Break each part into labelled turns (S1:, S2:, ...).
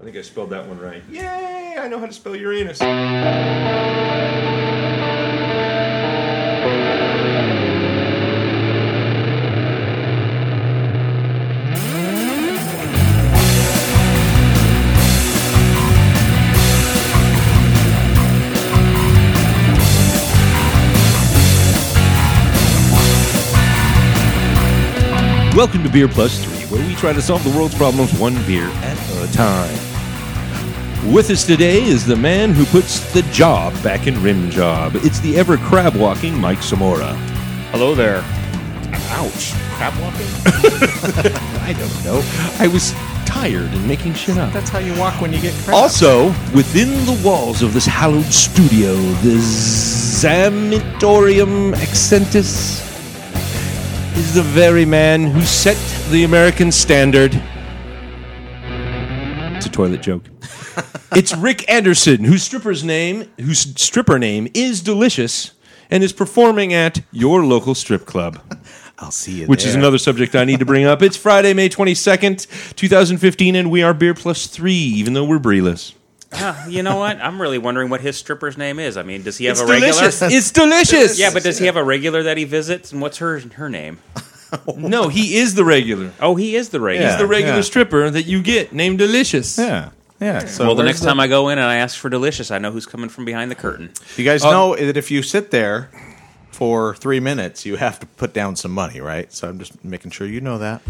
S1: I think I spelled that one right. Yay! I know how to spell Uranus. Welcome to Beer Plus 3, where we try to solve the world's problems one beer at a time. With us today is the man who puts the job back in Rim Job. It's the ever crab walking Mike Samora.
S2: Hello there.
S1: Ouch.
S2: Crab walking?
S1: I don't know. I was tired and making shit up.
S2: That's how you walk when you get crab.
S1: Also, within the walls of this hallowed studio, the Zamitorium Accentus is the very man who set the American standard. It's a toilet joke. it's Rick Anderson, whose stripper's name, whose stripper name is Delicious, and is performing at your local strip club
S3: I'll see you.
S1: which
S3: there.
S1: is another subject I need to bring up. It's Friday, May 22nd, 2015, and we are Beer Plus 3, even though we're Breeless.
S4: Ah, you know what? I'm really wondering what his stripper's name is. I mean, does he have
S1: It's
S4: a regular?
S1: delicious. It's delicious.
S4: Yeah, but does he have a regular that he visits? And what's her her name?
S1: no, he is the regular.
S4: Oh, he is the regular.
S1: He's the regular
S3: yeah.
S1: stripper that you get named Delicious.
S3: Yeah. Yeah. So
S4: well, the
S3: where's
S4: next time I go in and I ask for delicious, I know who's coming from behind the curtain.
S3: you guys
S1: Oh.
S3: know that if you sit there for three minutes, you have to put down some money, right? So I'm just making sure you know that.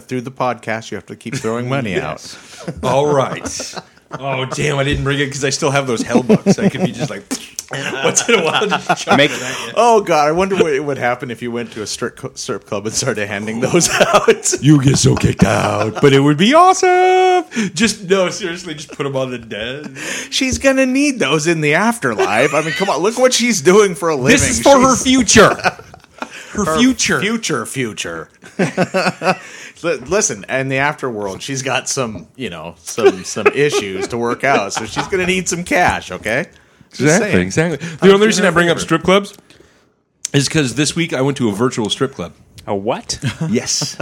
S3: Through the podcast, you have to keep throwing money out.
S1: All right. Oh damn! I didn't bring it because I still have those hell bucks. I could be just like "Ah." once in a while. Just chuck
S4: Make
S3: Oh God, I wonder what would happen if you went to a strip, cu- strip club and started handing those out.
S1: you get so kicked out, but it would be awesome. Just no, seriously, just put them on the dead.
S3: she's gonna need those in the afterlife. I mean, come on, look what she's doing for a living.
S1: This is for her
S3: She's-
S1: future. Her, future.
S3: future, future. Li- Listen, in the afterworld, she's got some, you know, some some issues to work out, so she's gonna need some cash. Okay, Just
S1: Exactly,
S3: saying.
S1: exactly. The only reason I bring up
S3: favorite.
S1: strip clubs is because this week I went to a virtual strip club.
S4: a what?
S1: Yes,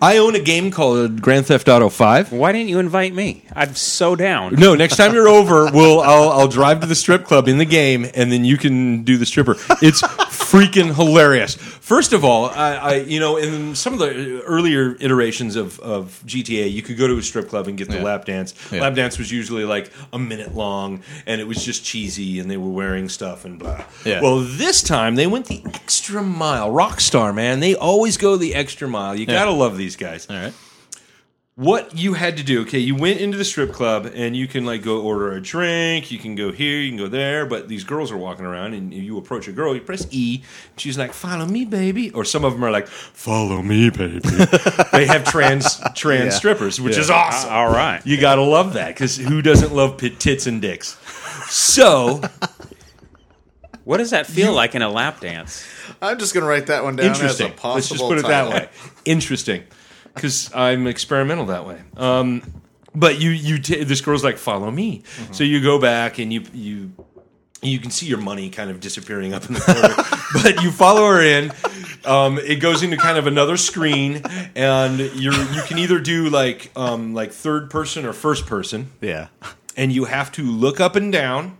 S1: I own a game called Grand Theft Auto Five.
S4: Why didn't you invite me? I'm so down.
S1: No, next time you're over, we'll I'll, I'll drive to the strip club in the game, and then you can do the stripper. It's freaking hilarious. First of all, I, I you know in some of the earlier iterations of, of GTA, you could go to a strip club and get the lap dance. Lap dance was usually like a minute long, and it was just cheesy, and they were wearing stuff and blah.
S3: Yeah.
S1: Well, this time they went the extra mile. Rockstar man, they always go the extra mile. You gotta love these guys
S3: All right.
S1: what you had to do okay you went into the strip club and you can like go order a drink you can go here you can go there but these girls are walking around and you approach a girl you press e and she's like follow me baby or some of them are like follow me baby they have trans trans
S3: Yeah.
S1: strippers which is awesome
S4: Uh, All right.
S1: you gotta love that because who doesn't love pit tits and dicks so
S4: What does that feel like in a lap dance?
S3: I'm just gonna write that one down.
S1: interesting
S3: As a possible
S1: let's just put it
S3: title.
S1: that way interesting because i'm experimental that way um, but you you t- this girl's like follow me
S3: Mm-hmm.
S1: so you go back and you you you can see your money kind of disappearing up in the corner, but you follow her in. Um, it goes into kind of another screen, and you are you can either do like um, like third person or first person
S3: Yeah.
S1: and you have to look up and down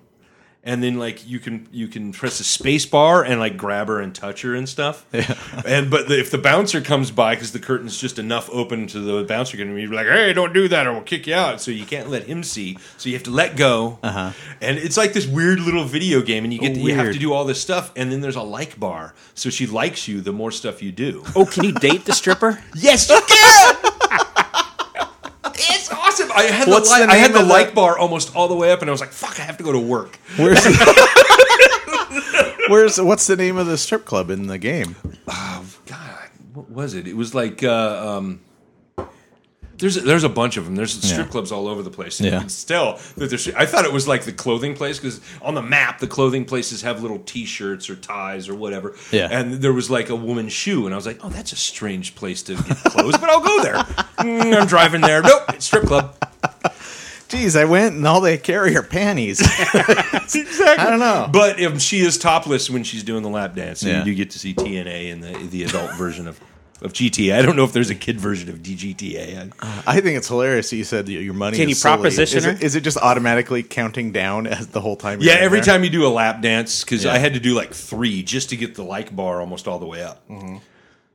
S1: and then like you can you can press the space bar and like grab her and touch her and stuff yeah. and but the, if the bouncer comes by because the curtain's just enough open to the bouncer can be like hey don't do that or we'll kick you out so you can't let him see so you have to let go uh-huh. and it's like this weird little video game and you get to, you have
S4: Weird.
S1: to do all this stuff and then there's a like bar so she likes you the more stuff you do
S4: Oh, can you date the stripper?
S1: Yes, you can. it's awesome. I had
S3: What's
S1: the, li-
S3: the
S1: I had
S3: name
S1: the
S3: of
S1: like
S3: that?
S1: bar almost all the way up, and I was like, "Fuck, I have to go to work."
S3: Where's Where's what's the name of the strip club in the game?
S1: God, what was it? It was like. Uh, um, there's a, there's a bunch of them. There's strip
S3: Yeah.
S1: clubs all over the place. And
S3: Yeah.
S1: You can tell that there's. I thought it was like the clothing place because on the map the clothing places have little T-shirts or ties or whatever.
S3: Yeah.
S1: And there was like a woman's shoe, and I was like, oh, that's a strange place to get clothes, but I'll go there. Mm, I'm driving there. Nope, it's strip club.
S3: Geez, I went and all they carry are panties.
S1: exactly.
S3: I don't know.
S1: But um, she is topless when she's doing the lap dance. and
S3: Yeah.
S1: You do get to see TNA in the the adult version of of GTA. I don't know if there's a kid version of DGTA. I-
S3: I think it's hilarious that you said that your money.
S4: Can
S3: is
S4: you
S3: silly.
S4: proposition
S3: Is it-
S4: her?
S3: is it just automatically counting down as the whole time? you're
S1: Yeah,
S3: in
S1: every
S3: there?
S1: time you do a lap dance, because I had to do like three just to get the like bar almost all the way up.
S3: Mm-hmm.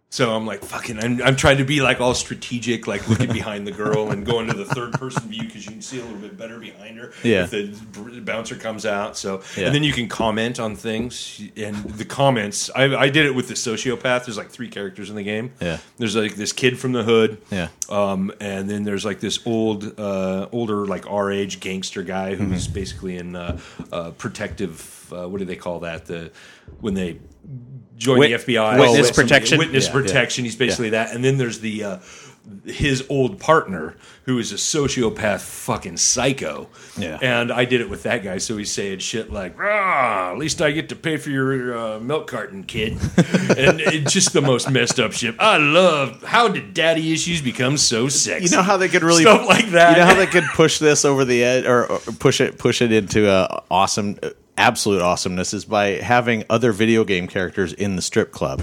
S1: So I'm like, fucking, I'm, I'm trying to be like all strategic, like looking behind the girl and going to the third person view because you can see a little bit better behind her
S3: Yeah.
S1: if the b- bouncer comes out. So,
S3: Yeah.
S1: and then you can comment on things. And the comments, I, I did it with the sociopath. There's like three characters in the game.
S3: Yeah.
S1: There's like this kid from the hood.
S3: Yeah.
S1: Um, and then there's like this old, uh, older, like our age gangster guy who's
S4: Mm-hmm.
S1: basically in uh, uh, protective. Uh, what do they call that? The when they join
S4: Wit-
S1: the FBI,
S4: witness
S1: Well, somebody-
S4: protection?
S1: Witness
S4: Yeah.
S1: protection. He's basically that. And then there's the uh, his old partner who is a sociopath, fucking psycho.
S3: Yeah.
S1: And I did it with that guy, so he's saying shit like, "Rah, at least I get to pay for your uh, milk carton, kid," and it, just the most messed up shit. I love how did daddy issues become so sexy?
S3: You know how they could really
S1: stuff like that.
S3: You know how they could push this over the edge or, or push it push it into uh, awesome absolute awesomeness is by having other video game characters in the strip club.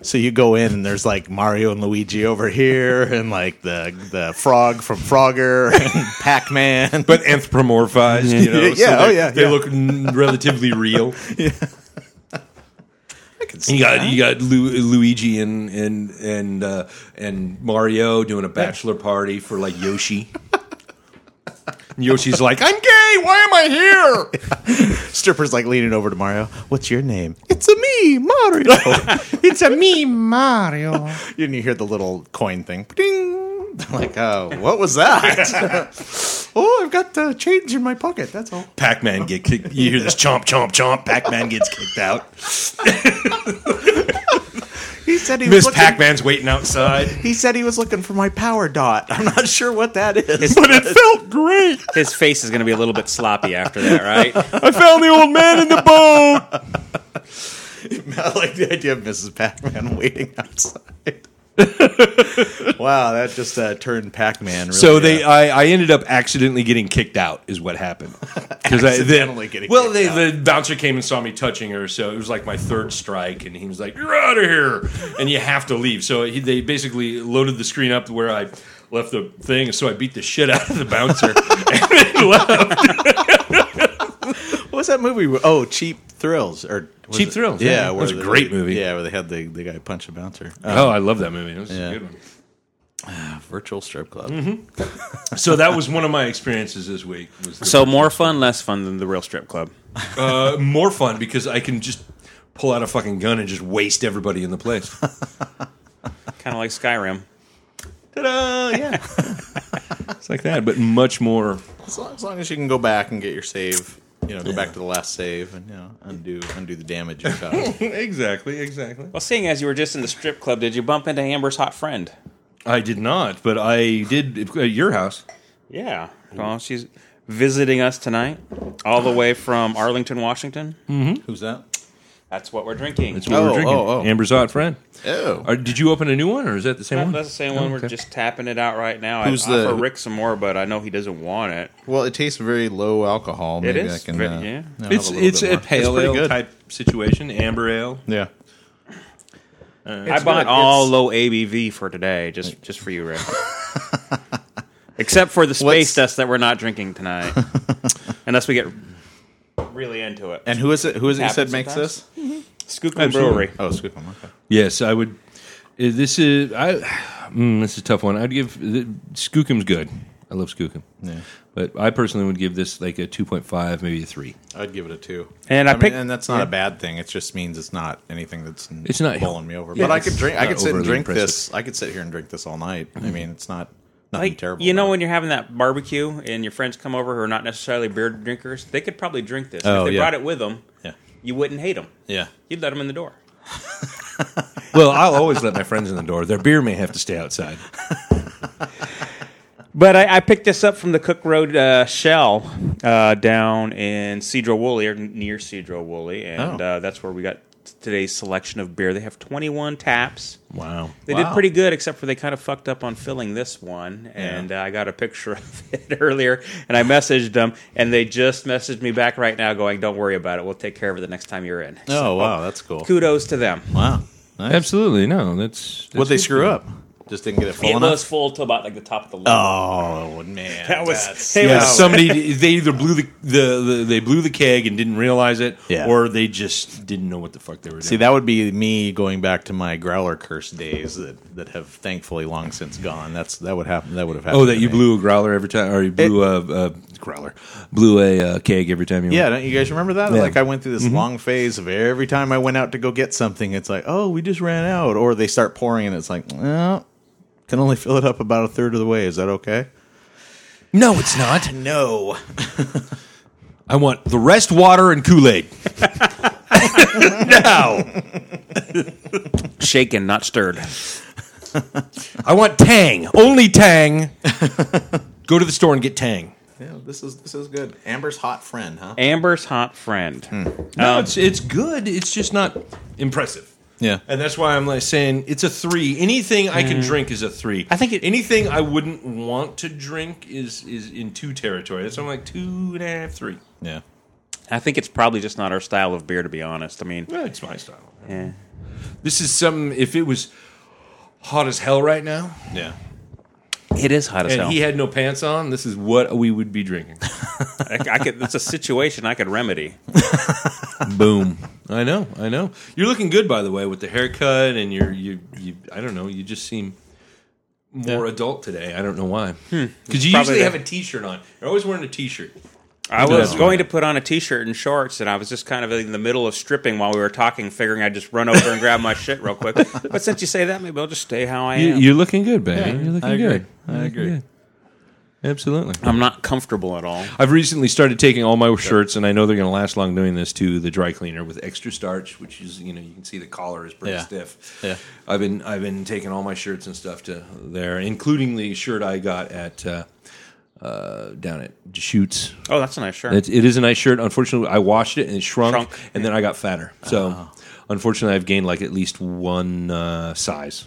S3: So you go in and there's like Mario and Luigi over here and like the the frog from Frogger and Pac-Man.
S1: but anthropomorphized, you know?
S3: Yeah,
S1: so
S3: oh,
S1: they,
S3: yeah,
S1: they
S3: yeah.
S1: look mm, relatively real. You got you got Lu, Luigi and and and uh, and Mario doing a bachelor party for like Yoshi. And Yoshi's like, I'm gay. Why am I here?
S3: Strippers like leaning over to Mario. What's your name? It's a me, Mario.
S2: It's a me, Mario.
S3: and you hear the little coin thing. Ding. Like, oh, what was that? oh, I've got uh, change in my pocket. That's all.
S1: Pac-Man get kicked. You hear this chomp chomp chomp. Pac-Man gets kicked out.
S3: He said he was
S1: Miss
S3: looking,
S1: Pac-Man's waiting outside.
S3: He said he was looking for my power dot. I'm not sure what that is.
S1: But it felt great.
S4: His face is going to be a little bit sloppy after that, right?
S1: I found the old man in the boat.
S3: I like the idea of Mrs. Pac-Man waiting outside. wow, that just uh, turned Pac-Man. Really
S1: So they,
S3: uh,
S1: I, I ended up accidentally getting kicked out, is what happened. Because
S3: Accidentally getting
S1: well,
S3: kicked
S1: they,
S3: out.
S1: the bouncer came and saw me touching her, so it was like my third strike, and he was like, "You're out of here, and you have to leave." So he, they basically loaded the screen up where I left the thing, so I beat the shit out of the bouncer. and then left.
S3: what was that movie? where- Oh, Cheap Thrills or was
S1: Cheap
S3: it-
S1: Thrills,
S3: Yeah,
S1: yeah. That
S3: where
S1: was a
S3: they-
S1: great movie.
S3: Yeah, where they had the, the guy punch a bouncer. Uh,
S1: Oh, I love that movie. It was
S3: Yeah.
S1: a good one.
S3: virtual strip club.
S1: Mm-hmm. So that was one of my experiences this week. Was the-
S4: so more fun, less fun than the real strip club.
S1: uh, more fun because I can just pull out a fucking gun and just waste everybody in the place.
S4: Kind of like Skyrim.
S3: Ta-da! Yeah,
S1: it's like that, but much more
S3: as, long, as long as you can go back and get your save, you know, go back to the last save and you know undo undo the damage you caused.
S1: exactly, exactly.
S4: Well, seeing as you were just in the strip club, did you bump into Amber's hot friend?
S1: I did not, but I did at your house.
S4: Yeah. Well, she's visiting us tonight, all the way from Arlington, Washington.
S3: Who's that?
S4: That's what we're drinking.
S1: That's what
S3: Oh,
S1: we're drinking.
S3: oh, oh.
S1: Amber's hot friend.
S3: Oh,
S1: Or did you open a new one, or is that the same
S4: That's
S1: one?
S4: the same one. We're just tapping it out right now.
S3: Who's
S4: Who's I
S3: the-
S4: offer Rick some more, but I know he doesn't want it.
S3: Well, it tastes very low alcohol. Maybe
S4: is
S3: I can,
S4: very-
S3: uh,
S4: yeah.
S3: I'll have
S1: It's
S3: little
S1: it's
S3: bit
S1: a
S3: more.
S1: pale
S3: pretty
S1: ale
S3: good.
S1: type situation. Amber ale.
S3: Yeah.
S4: I bought
S3: good.
S4: all
S3: It's-
S4: low ABV for today, just just for you, Rick. Except for the space
S3: What's-
S4: dust that we're not drinking tonight, unless we get really into it.
S3: And who is it? Who is it? You said
S4: Happens
S3: makes
S4: sometimes.
S3: this?
S4: Skookum
S1: Absolutely.
S4: Brewery.
S3: Oh, scoop 'em, Okay.
S1: Yes, I would. uh, This is I. Mm, this is a tough one. I'd give the- Skookum's good. I love Skookum.
S3: Yeah.
S1: But I personally would give this like a two point five, maybe a three.
S3: I'd give it a two.
S4: And I
S3: mean,
S4: picked-
S3: and that's not a bad thing. It just means it's not anything that's n-
S1: It's not-
S3: bowling me over.
S1: Yeah,
S3: but I
S1: it's
S3: could drink. I
S1: not
S3: could sit and
S1: overly
S3: drink
S1: impressive. Mm-hmm.
S3: this. I could sit here and drink this all night. I mean, it's not nothing
S4: Like,
S3: terrible.
S4: you know,
S3: about
S4: when you're having that barbecue and your friends come over who are not necessarily beer drinkers, they could probably drink this.
S3: Oh,
S4: if they
S3: yeah.
S4: brought it with them,
S3: it.
S4: you wouldn't hate them.
S3: yeah,
S4: You'd let them in the door.
S1: Well, I'll always let my friends in the door. Their beer may have to stay outside.
S4: But I, I picked this up from the Cook Road uh, Shell uh, down in Cedro Woolley or n- near Cedro Woolley, and
S3: Oh.
S4: uh, that's where we got t- today's selection of beer. They have 21 taps.
S1: Wow.
S4: They did
S3: Wow.
S4: pretty good, except for they kind of fucked up on filling this one, and uh, I got a picture of it earlier, and I messaged them, and they just messaged me back
S1: Oh.
S4: right now, going, "Don't worry about it. We'll take care of it the next time you're in."
S3: yeah. Oh wow, that's cool.
S4: Kudos to them.
S3: Wow, Nice.
S1: Absolutely no. That's, that's
S3: What they screw up? Just didn't get it full
S4: It
S3: enough.
S4: was full to about like the top of the lid.
S3: oh man,
S4: that was
S3: that's-
S4: it
S1: Yeah,
S4: was-
S1: somebody they either blew the, the, the they blew the keg and didn't realize it,
S3: Yeah.
S1: or they just didn't know what the fuck they were doing.
S3: See, that would be me going back to my growler curse days that, that have thankfully long since gone. That's that would happen. That would have happened.
S1: oh, that
S3: to
S1: you
S3: me.
S1: blew a growler every time, or you blew a, a growler, blew a uh, keg every time you
S3: Yeah, Mm-hmm.
S1: went.
S3: don't you guys remember that?
S1: Yeah.
S3: Like I went through this long phase of every time I went out to go get something, it's like, oh, we just ran out, or they start pouring, and it's like, well, can only fill it up about a third of the way. Is that okay?
S1: No, it's not.
S3: No.
S1: I want the rest water and Kool Aid. now
S4: shaken, not stirred.
S1: I want Tang, only Tang. Go to the store and get Tang.
S3: Yeah, this is this is good. Amber's hot friend, huh?
S4: Amber's hot friend.
S1: Hmm. No, it's it's good. It's just not impressive.
S3: Yeah.
S1: And that's why I'm like saying it's a three. Anything I can drink is a three. Mm. I
S4: think it-
S1: anything I wouldn't want to drink is is in two territory. That's why I'm like two and a half, three.
S3: Yeah.
S4: I think it's probably just not our style of beer, to be honest. I mean,
S1: Well, it's my style.
S4: eh.
S1: This is something. If it was hot as hell right now,
S3: Yeah.
S4: it is hot as
S1: and
S4: hell.
S1: he had no pants on, this is what we would be drinking.
S4: I, I could, it's a situation I could remedy.
S1: Boom. I know. I know. You're looking good, by the way, with the haircut and your you you. I don't know. You just seem more adult today. I don't know why.
S3: Hmm.
S1: Because you
S4: Probably
S1: usually
S4: the-
S1: have a T-shirt on. You're always wearing a T-shirt.
S4: I
S1: Yeah.
S4: was going to put on a t-shirt and shorts, and I was just kind of in the middle of stripping while we were talking, figuring I'd just run over and grab my shit real quick. But since you say that, maybe I'll just stay how I am.
S1: You're looking good, baby. you're looking
S3: I agree.
S1: good.
S3: I
S1: You're looking
S3: agree.
S1: good. Absolutely.
S4: I'm not comfortable at all.
S1: I've recently started taking all my shirts, and I know they're going to last long doing this to the dry cleaner with extra starch, which is you know you can see the collar is pretty
S3: Yeah.
S1: stiff.
S3: Yeah.
S1: I've been I've been taking all my shirts and stuff to there, including the shirt I got at uh, uh, down at Deschutes.
S4: Oh, that's a nice shirt.
S1: It's, it is a nice shirt. Unfortunately, I washed it and it shrunk,
S4: Shrunk.
S1: and then I got fatter. So
S3: Uh-huh.
S1: unfortunately, I've gained like at least one uh, size.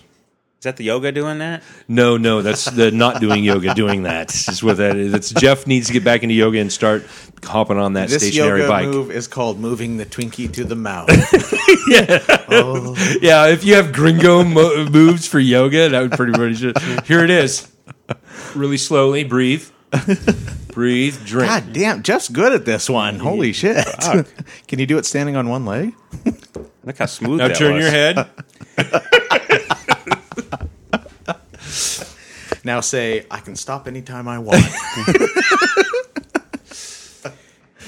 S4: Is that the yoga doing that?
S1: No, no, that's the not doing yoga, doing that is what that is. It's Jeff needs to get back into yoga and start hopping on that
S3: This
S1: stationary
S3: yoga
S1: bike.
S3: move is called moving the Twinkie to the mouth.
S1: Yeah, if you have gringo mo- moves for yoga, that would pretty much it. Here it is. Really slowly, breathe, breathe, drink.
S3: God damn, Jeff's good at this one. Holy shit! Can you do it standing on one leg?
S4: Look how smooth.
S1: now
S4: that
S1: turn
S4: was.
S1: your head.
S3: Now say, I can stop anytime I want.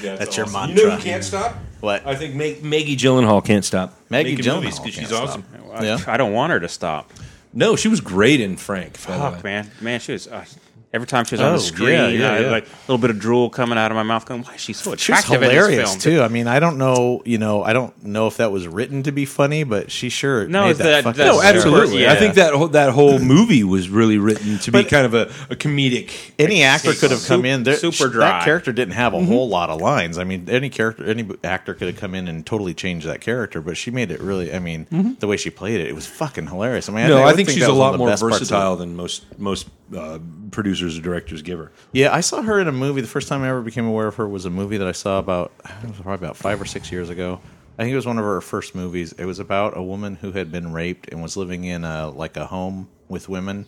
S3: That's
S1: You
S3: your awesome. You know mantra.
S1: know
S3: who
S1: can't
S3: can't
S1: stop.
S3: What?
S1: I think Meg- Maggie Gyllenhaal can't stop.
S3: Maggie
S1: Making movies
S3: Gyllenhaal
S1: 'cause she's
S3: can't stop.
S1: awesome.
S4: I-
S3: Yeah.
S4: I don't want her to stop.
S1: No, she was great in Frank. by the way.
S4: Fuck, man, man, she was. Uh, every time she was on
S3: Oh,
S4: the screen,
S3: yeah, yeah,
S4: I had,
S3: yeah.
S4: like a little bit of drool coming out of my mouth. Going, why is she so
S3: She was
S4: attractive? in this
S3: hilarious
S4: film?
S3: too. I mean, I don't know, you know, I don't know if that was written to be funny, but she sure
S4: No,
S3: made
S4: it's that-
S3: fucking
S4: that's
S1: No,
S4: Sarah.
S1: absolutely.
S4: Yeah.
S1: I think that whole, that whole movie was really written to be
S3: But-
S1: kind of a, a comedic.
S3: any actor could have come
S4: Sup-
S3: in. There,
S4: super
S3: sh-
S4: dry. Mm-hmm.
S3: That character didn't have a whole lot of lines. I mean, any character, any actor could have come in and totally changed that character. But she made it really. I mean,
S4: Mm-hmm.
S3: the way she played it, it was fucking hilarious. I mean,
S1: No, I
S3: would
S1: think she's
S3: that
S1: a
S3: was one of
S1: lot
S3: the
S1: more
S3: best parts of it.
S1: versatile than most most uh, producers or directors give her.
S3: Yeah, I saw her in a movie. The first time I ever became aware of her was a movie that I saw about it was probably about five or six years ago. I think it was one of her first movies. It was about a woman who had been raped and was living in a like a home with women.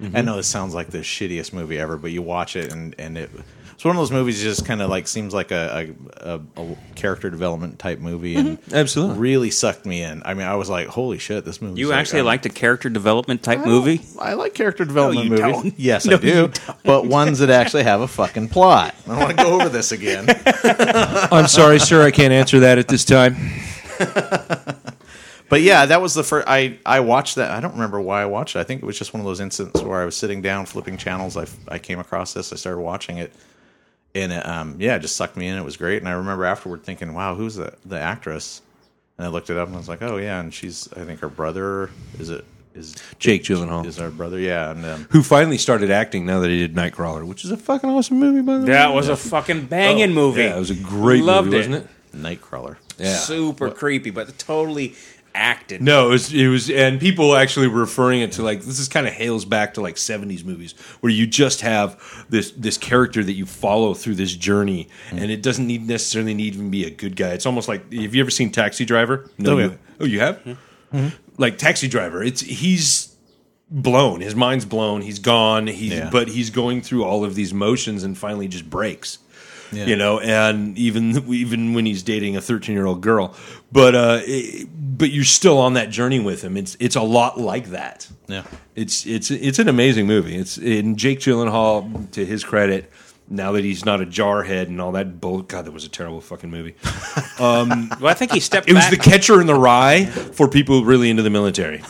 S4: Mm-hmm.
S3: I know this sounds like the shittiest movie ever, but you watch it and and it, it's one of those movies that just kind of like seems like a a, a a character development type movie and
S1: Absolutely.
S3: really sucked me in. I mean, I was like, holy shit, this movie.
S4: You actually
S3: like. Oh,
S4: liked a character development type
S3: I don't-
S4: movie?
S3: I like character development
S4: No, you
S3: movies.
S4: don't.
S3: Yes, I do. But ones that actually have a fucking plot. I want to go over this again.
S1: I'm sorry, sir. I can't answer that at this time.
S3: But yeah, that was the first. I I watched that. I don't remember why I watched it. I think it was just one of those incidents where I was sitting down, flipping channels. I I came across this. I started watching it. And it, um, yeah, it just sucked me in. It was great. And I remember afterward thinking, "Wow, who's the the actress?" And I looked it up, and I was like, "Oh yeah." And she's, I think, her brother is it is
S1: Jake Gyllenhaal.
S3: is our brother. Yeah, and um,
S1: Who finally started acting now that he did Nightcrawler, which is a fucking awesome movie, by the way.
S4: That was a fucking banging movie.
S1: Oh, Yeah, it was a great
S4: Loved
S1: movie,
S4: it.
S1: wasn't it?
S3: Nightcrawler.
S1: Yeah.
S4: Super creepy, but totally acted.
S1: No, it was, it was, and people actually were referring it to like this is kind of hails back to like '70s movies where you just have this this character that you follow through this journey,
S3: Mm.
S1: and it doesn't need necessarily need even be a good guy. It's almost like have you ever seen Taxi Driver? No,
S3: Oh,
S1: you-
S3: yeah. Mm-hmm.
S1: oh, you have. like Taxi Driver. It's he's blown. His mind's blown. He's gone. He's
S3: Yeah.
S1: but he's going through all of these motions and finally just breaks.
S3: Yeah.
S1: You know, and even even when he's dating a thirteen year old girl, but uh, it- but you're still on that journey with him. It's it's a lot like that.
S3: Yeah.
S1: It's it's it's an amazing movie. It's in Jake Gyllenhaal to his credit. Now that he's not a jarhead and all that bull, God, that was a terrible fucking movie.
S4: Well, I think he stepped.
S1: It was
S4: back.
S1: the catcher in the rye for people really into the military.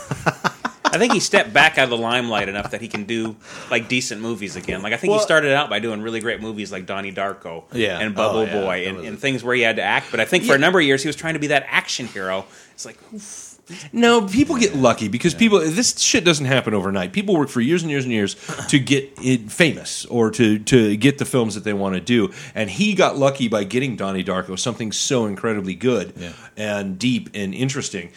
S4: I think he stepped back out of the limelight enough that he can do like decent movies again. Like I think he
S1: Well-
S4: started out by doing really great movies like Donnie Darko
S3: Yeah.
S4: and Bubble
S3: Oh, yeah.
S4: Boy
S3: That
S4: and,
S3: was-
S4: and things where he had to act. But I think for a number of years he was trying to be that action hero. It's like
S1: No, people get lucky because people this shit doesn't happen overnight. People work for years and years and years to get it famous or to to get the films that they want to do. And he got lucky by getting Donnie Darko, something so incredibly good
S3: Yeah.
S1: and deep and interesting.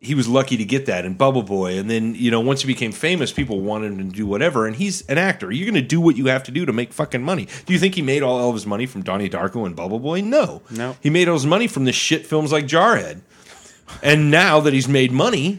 S1: He was lucky to get that and Bubble Boy, and then you know once he became famous, people wanted him to do whatever. And he's an actor; you're going to do what you have to do to make fucking money. Do you think he made all of his money from Donnie Darko and Bubble Boy? No,
S4: No.
S1: He made all his money from the shit films like Jarhead. And now that he's made money,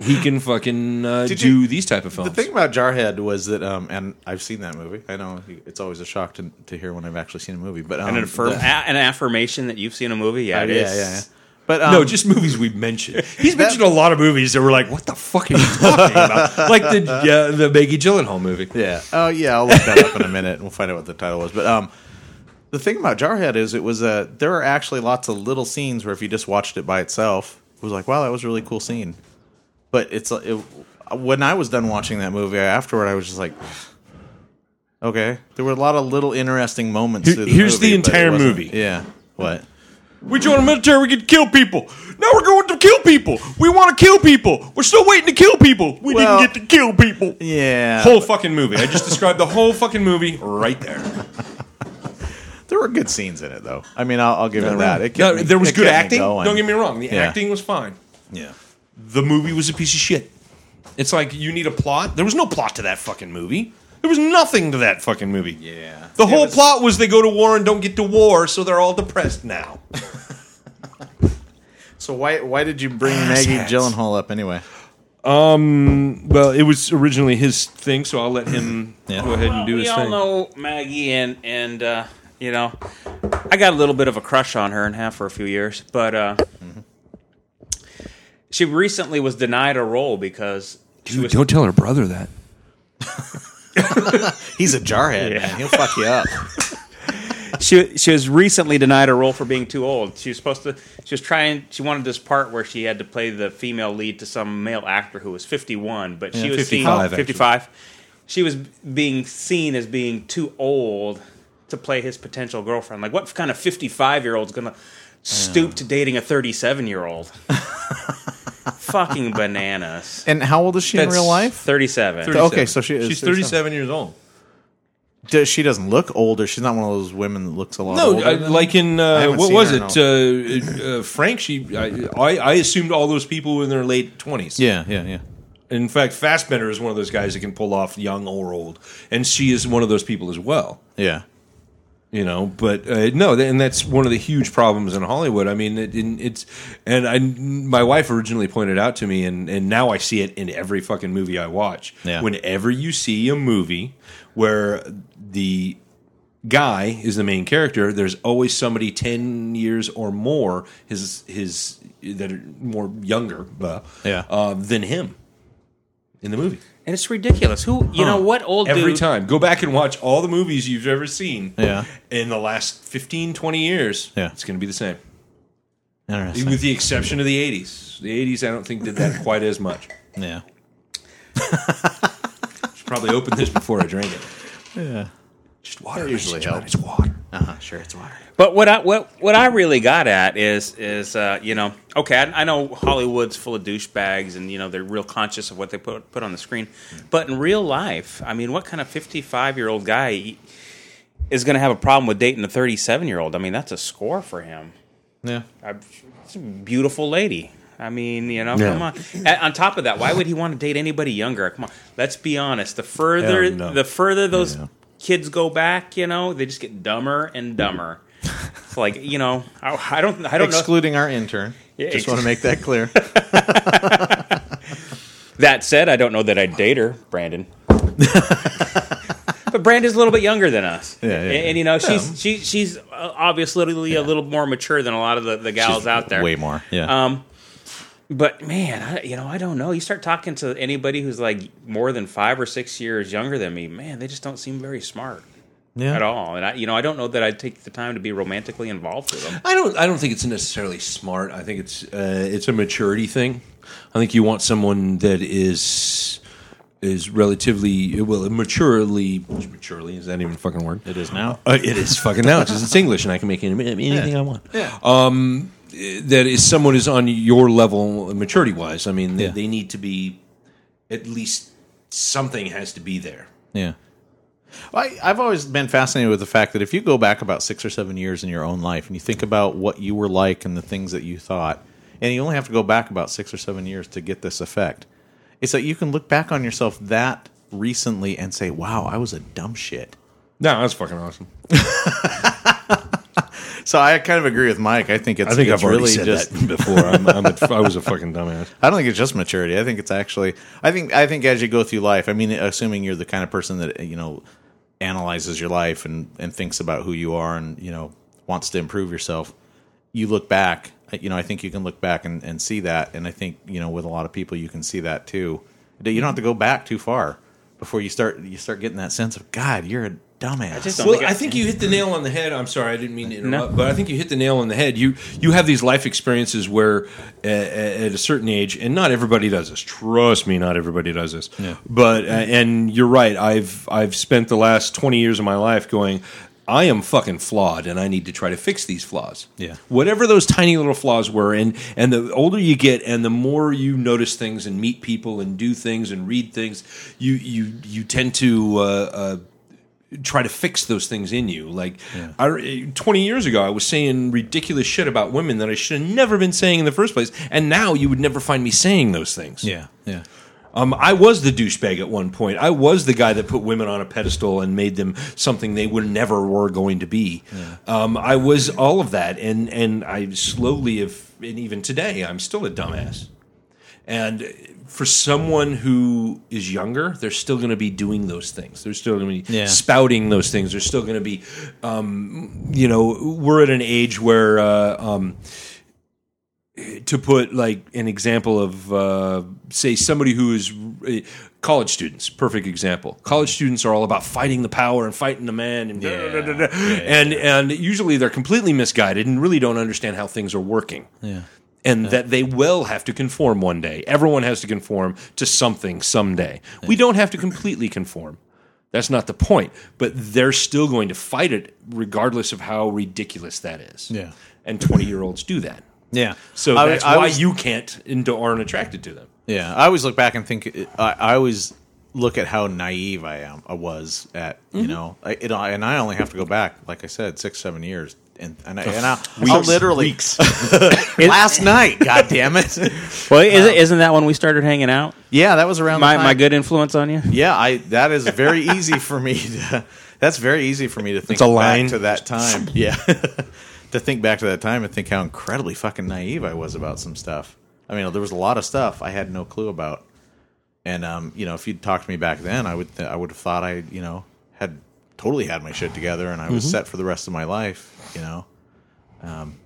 S1: he can fucking uh,
S3: Did
S1: do
S3: you-
S1: these type of films.
S3: The thing about Jarhead was that, um, and I've seen that movie. I know it's always a shock to, to hear when I've actually seen a movie, but um,
S4: an, affirm-
S3: the-
S4: a- an affirmation that you've seen a movie. Yeah,
S1: Uh,
S3: yeah,
S4: it
S3: yeah,
S4: is.
S3: yeah. But um,
S1: no, just movies we've mentioned. He's mentioned a lot of movies that were like, "What the fuck are you talking about?" Like the yeah, the Maggie Gyllenhaal movie.
S3: Yeah. Oh, yeah. I'll look that up in a minute. and We'll find out what the title was. But um, the thing about Jarhead is it was uh, there are actually lots of little scenes where if you just watched it by itself, it was like, wow, that was a really cool scene. But it's uh, it, when I was done watching that movie afterward, I was just like, okay, there were a lot of little interesting moments.
S1: Here-
S3: through
S1: here's the
S3: movie, but it
S1: entire
S3: wasn't-
S1: movie.
S3: Yeah. What?
S1: We joined the military. We could kill people. Now we're going to kill people. We want to kill people. We're still waiting to kill people. We
S3: Well-
S1: didn't get to kill people.
S3: Yeah.
S1: Whole fucking movie. I just described the whole fucking movie right there.
S3: there were good scenes in it, though. I mean, I'll, I'll give it that. It
S1: No,
S3: kept me-
S1: there was
S3: it
S1: good
S3: kept me
S1: acting.
S3: going.
S1: Don't get me wrong. The
S3: Yeah.
S1: acting was fine.
S3: Yeah.
S1: the movie was a piece of shit. It's like you need a plot. There was no plot to that fucking movie. There was nothing to that fucking movie.
S3: Yeah.
S1: The
S3: It
S1: whole
S3: was-
S1: plot was they go to war and don't get to war, so they're all depressed now.
S3: So why why did you bring Maggie
S1: Asshats.
S3: Gyllenhaal up anyway?
S1: Well, it was originally his thing, so I'll let him
S3: Yeah.
S1: go ahead and do
S4: we
S1: his
S4: all
S1: thing.
S4: know Maggie, and and uh, you know, I got a little bit of a crush on her and have for a few years, but uh,
S1: Mm-hmm.
S4: she recently was denied a role because she was
S1: tell her brother that.
S3: He's a jarhead, man. He'll fuck you up.
S4: she she was recently denied a role for being too old. She was supposed to. She was trying. She wanted this part where she had to play the female lead to some male actor who was fifty one, but she
S3: Yeah,
S4: was
S1: 55,
S4: seen fifty five. She was being seen as being too old to play his potential girlfriend. Like, what kind of fifty five year old's gonna stoop to dating a thirty seven year old? Fucking bananas.
S3: And how old is she in
S1: That's-
S3: real life?
S4: Thirty seven.
S3: Okay, so she is
S1: she's
S3: 37.
S1: 37 years old.
S3: Does- She doesn't look older. She's not one of those women that looks a lot
S1: No,
S3: older.
S1: I,
S3: than-
S1: like in
S3: I
S1: uh,
S3: haven't
S1: what
S3: seen
S1: was
S3: her
S1: it? Uh, uh, Frank. She. I, I, I assumed all those people were in their late 20s.
S3: yeah, yeah, yeah.
S1: In fact, Fassbender is one of those guys that can pull off young or old, and she is one of those people as well.
S3: Yeah.
S1: you know but uh, no th- and that's one of the huge problems in hollywood i mean it, in- it's and i my wife originally pointed out to me and and now i see it in every fucking movie i watch
S3: Yeah.
S1: whenever you see a movie where the guy is the main character there's always somebody 10 years or more his his that are more younger uh,
S3: Yeah.
S1: uh, than him in the movie
S4: And it's ridiculous. Who you know what old
S1: every
S4: dude,
S1: time go back and watch all the movies you've ever seen
S3: Yeah.
S1: in the last 15 20 years
S3: Yeah.
S1: it's going to be the same
S3: Interesting.
S1: with the exception of the 80s the 80s i don't think did that quite as much
S3: Yeah.
S1: should probably open this before i drink it
S3: Yeah.
S1: just water
S3: usually
S1: usually helps.
S3: helps.
S1: it's water
S3: Uh-huh, sure, it's water.
S4: But what I what what I really got at is is uh, you know okay I, I know Hollywood's full of douchebags and you know they're real conscious of what they put put on the screen, but in real life I mean what kind of fifty five year old guy is going to have a problem with dating a thirty seven year old? I mean that's a score for him.
S3: Yeah.
S4: I, it's a beautiful lady. I mean, you know,
S3: Yeah.
S4: come on. A- on top of that, why would he want to date anybody younger? Come on, let's be honest. The further,
S1: Hell no.
S4: the further those
S3: Yeah.
S4: kids go back, you know, they just get dumber and dumber. it's like you know, I, I don't, I don't know.
S3: Excluding our intern.
S4: Yeah,
S3: Just want to make that clear.
S4: That said, I don't know that I'd date her, Brandon. but Brandon's a little bit younger than us,
S3: Yeah, yeah,
S4: and,
S3: yeah.
S4: and, you know she's she, she's uh, obviously a little more mature than a lot of the, the gals out there.
S3: Way more. Yeah.
S4: Um, but man, I, you know, I don't know. You start talking to anybody who's like more than five or six years younger than me, man, they just don't seem very smart
S3: yeah.
S4: at all. And I, you know, I don't know that I'd take the time to be romantically involved with them.
S1: I don't. I don't think it's necessarily smart. I think it's uh, it's a maturity thing. I think you want someone that is is relatively well maturely maturely is that even a fucking word?
S3: It is now.
S1: Uh, it is fucking now. It's, just- it's English, and I can make any, anything I want. Yeah. Um, that is someone is on your level maturity wise. I mean, they,
S3: Yeah.
S1: they need to be at least something has to be there.
S3: Yeah. I, I've always been fascinated with the fact that if you go back about six or seven years in your own life and you think about what you were like and the things that you thought, and you only have to go back about six or seven years to get this effect, it's that you can look back on yourself that recently and say, wow, I was a dumb shit.
S1: No, that's fucking awesome.
S3: So I kind of agree with Mike. I think it's,
S1: I think
S3: it's
S1: I've already
S3: really
S1: said
S3: just
S1: that before. I'm, I'm a, I was a fucking dumbass.
S3: I don't think it's just maturity. I think it's actually. I think. I think as you go through life. I mean, assuming you're the kind of person that you know analyzes your life and and thinks about who you are and you know wants to improve yourself. You look back. You know, I think you can look back and, and see that. And I think you know, with a lot of people, you can see that too. That You don't have to go back too far before you start. You start getting that sense of God, you're a dumbass.
S4: I just don't
S1: Well,
S4: think
S1: I
S4: I-
S1: think you hit the nail on the head. I'm sorry, I didn't mean to interrupt, but I think you hit the nail on the head. You you have these life experiences where uh, at a certain age, and not everybody does this. Trust me, not everybody does this.
S3: Yeah.
S1: But uh, and you're right. I've I've spent the last 20 years of my life going. I am fucking flawed, and I need to try to fix these flaws.
S3: Yeah.
S1: whatever those tiny little flaws were, and and the older you get, and the more you notice things, and meet people, and do things, and read things, you you you tend to. Uh, uh, try to fix those things in you. Like I, 20 years ago, I was saying ridiculous shit about women that I should have never been saying in the first place. And now you would never find me saying those things.
S3: yeah, yeah.
S1: Um, I was the douchebag at one point. I was the guy that put women on a pedestal and made them something they were never were going to be. Um, I was all of that, and and I slowly, if and even today, I'm still a dumbass. And for someone who is younger, they're still going to be doing those things. They're still going to be
S3: Yeah.
S1: spouting those things. They're still going to be, um, you know, we're at an age where. Uh, um, to put like an example of uh, say somebody who is uh, college students perfect example college students are all about fighting the power and fighting the man and da- da-
S3: Yeah.
S1: da- da. and and usually they're completely misguided and really don't understand how things are working
S3: Yeah.
S1: and that they will have to conform one day everyone has to conform to something someday we don't have to completely conform that's not the point but they're still going to fight it regardless of how ridiculous that is
S3: Yeah.
S1: and 20 year olds do that
S3: Yeah.
S1: so
S3: I-
S1: that's
S3: I
S1: why
S3: was-
S1: you can't and aren't attracted to them.
S3: Yeah, I always look back and think. I, I always look at how naive I am. I was at you
S4: Mm-hmm.
S3: know, I, it, and I only have to go back, like I said, six seven years, and and I, and I, I'll literally last night. God damn it!
S4: Well, isn't, isn't that when we started hanging out?
S3: Yeah, that was around the
S4: My
S3: time-
S4: my good influence on you.
S3: Yeah, I that is very easy for me. to That's very easy for me to think
S1: a
S3: back
S1: line.
S3: to that time. Yeah, to think back to that time and think how incredibly fucking naive I was about some stuff. I mean, there was a lot of stuff I had no clue about, and um, you know, if you'd talked to me back then, I would th- I would have thought I you know had totally had my shit together and I
S1: Mm-hmm.
S3: was set for the rest of my life. You know, um,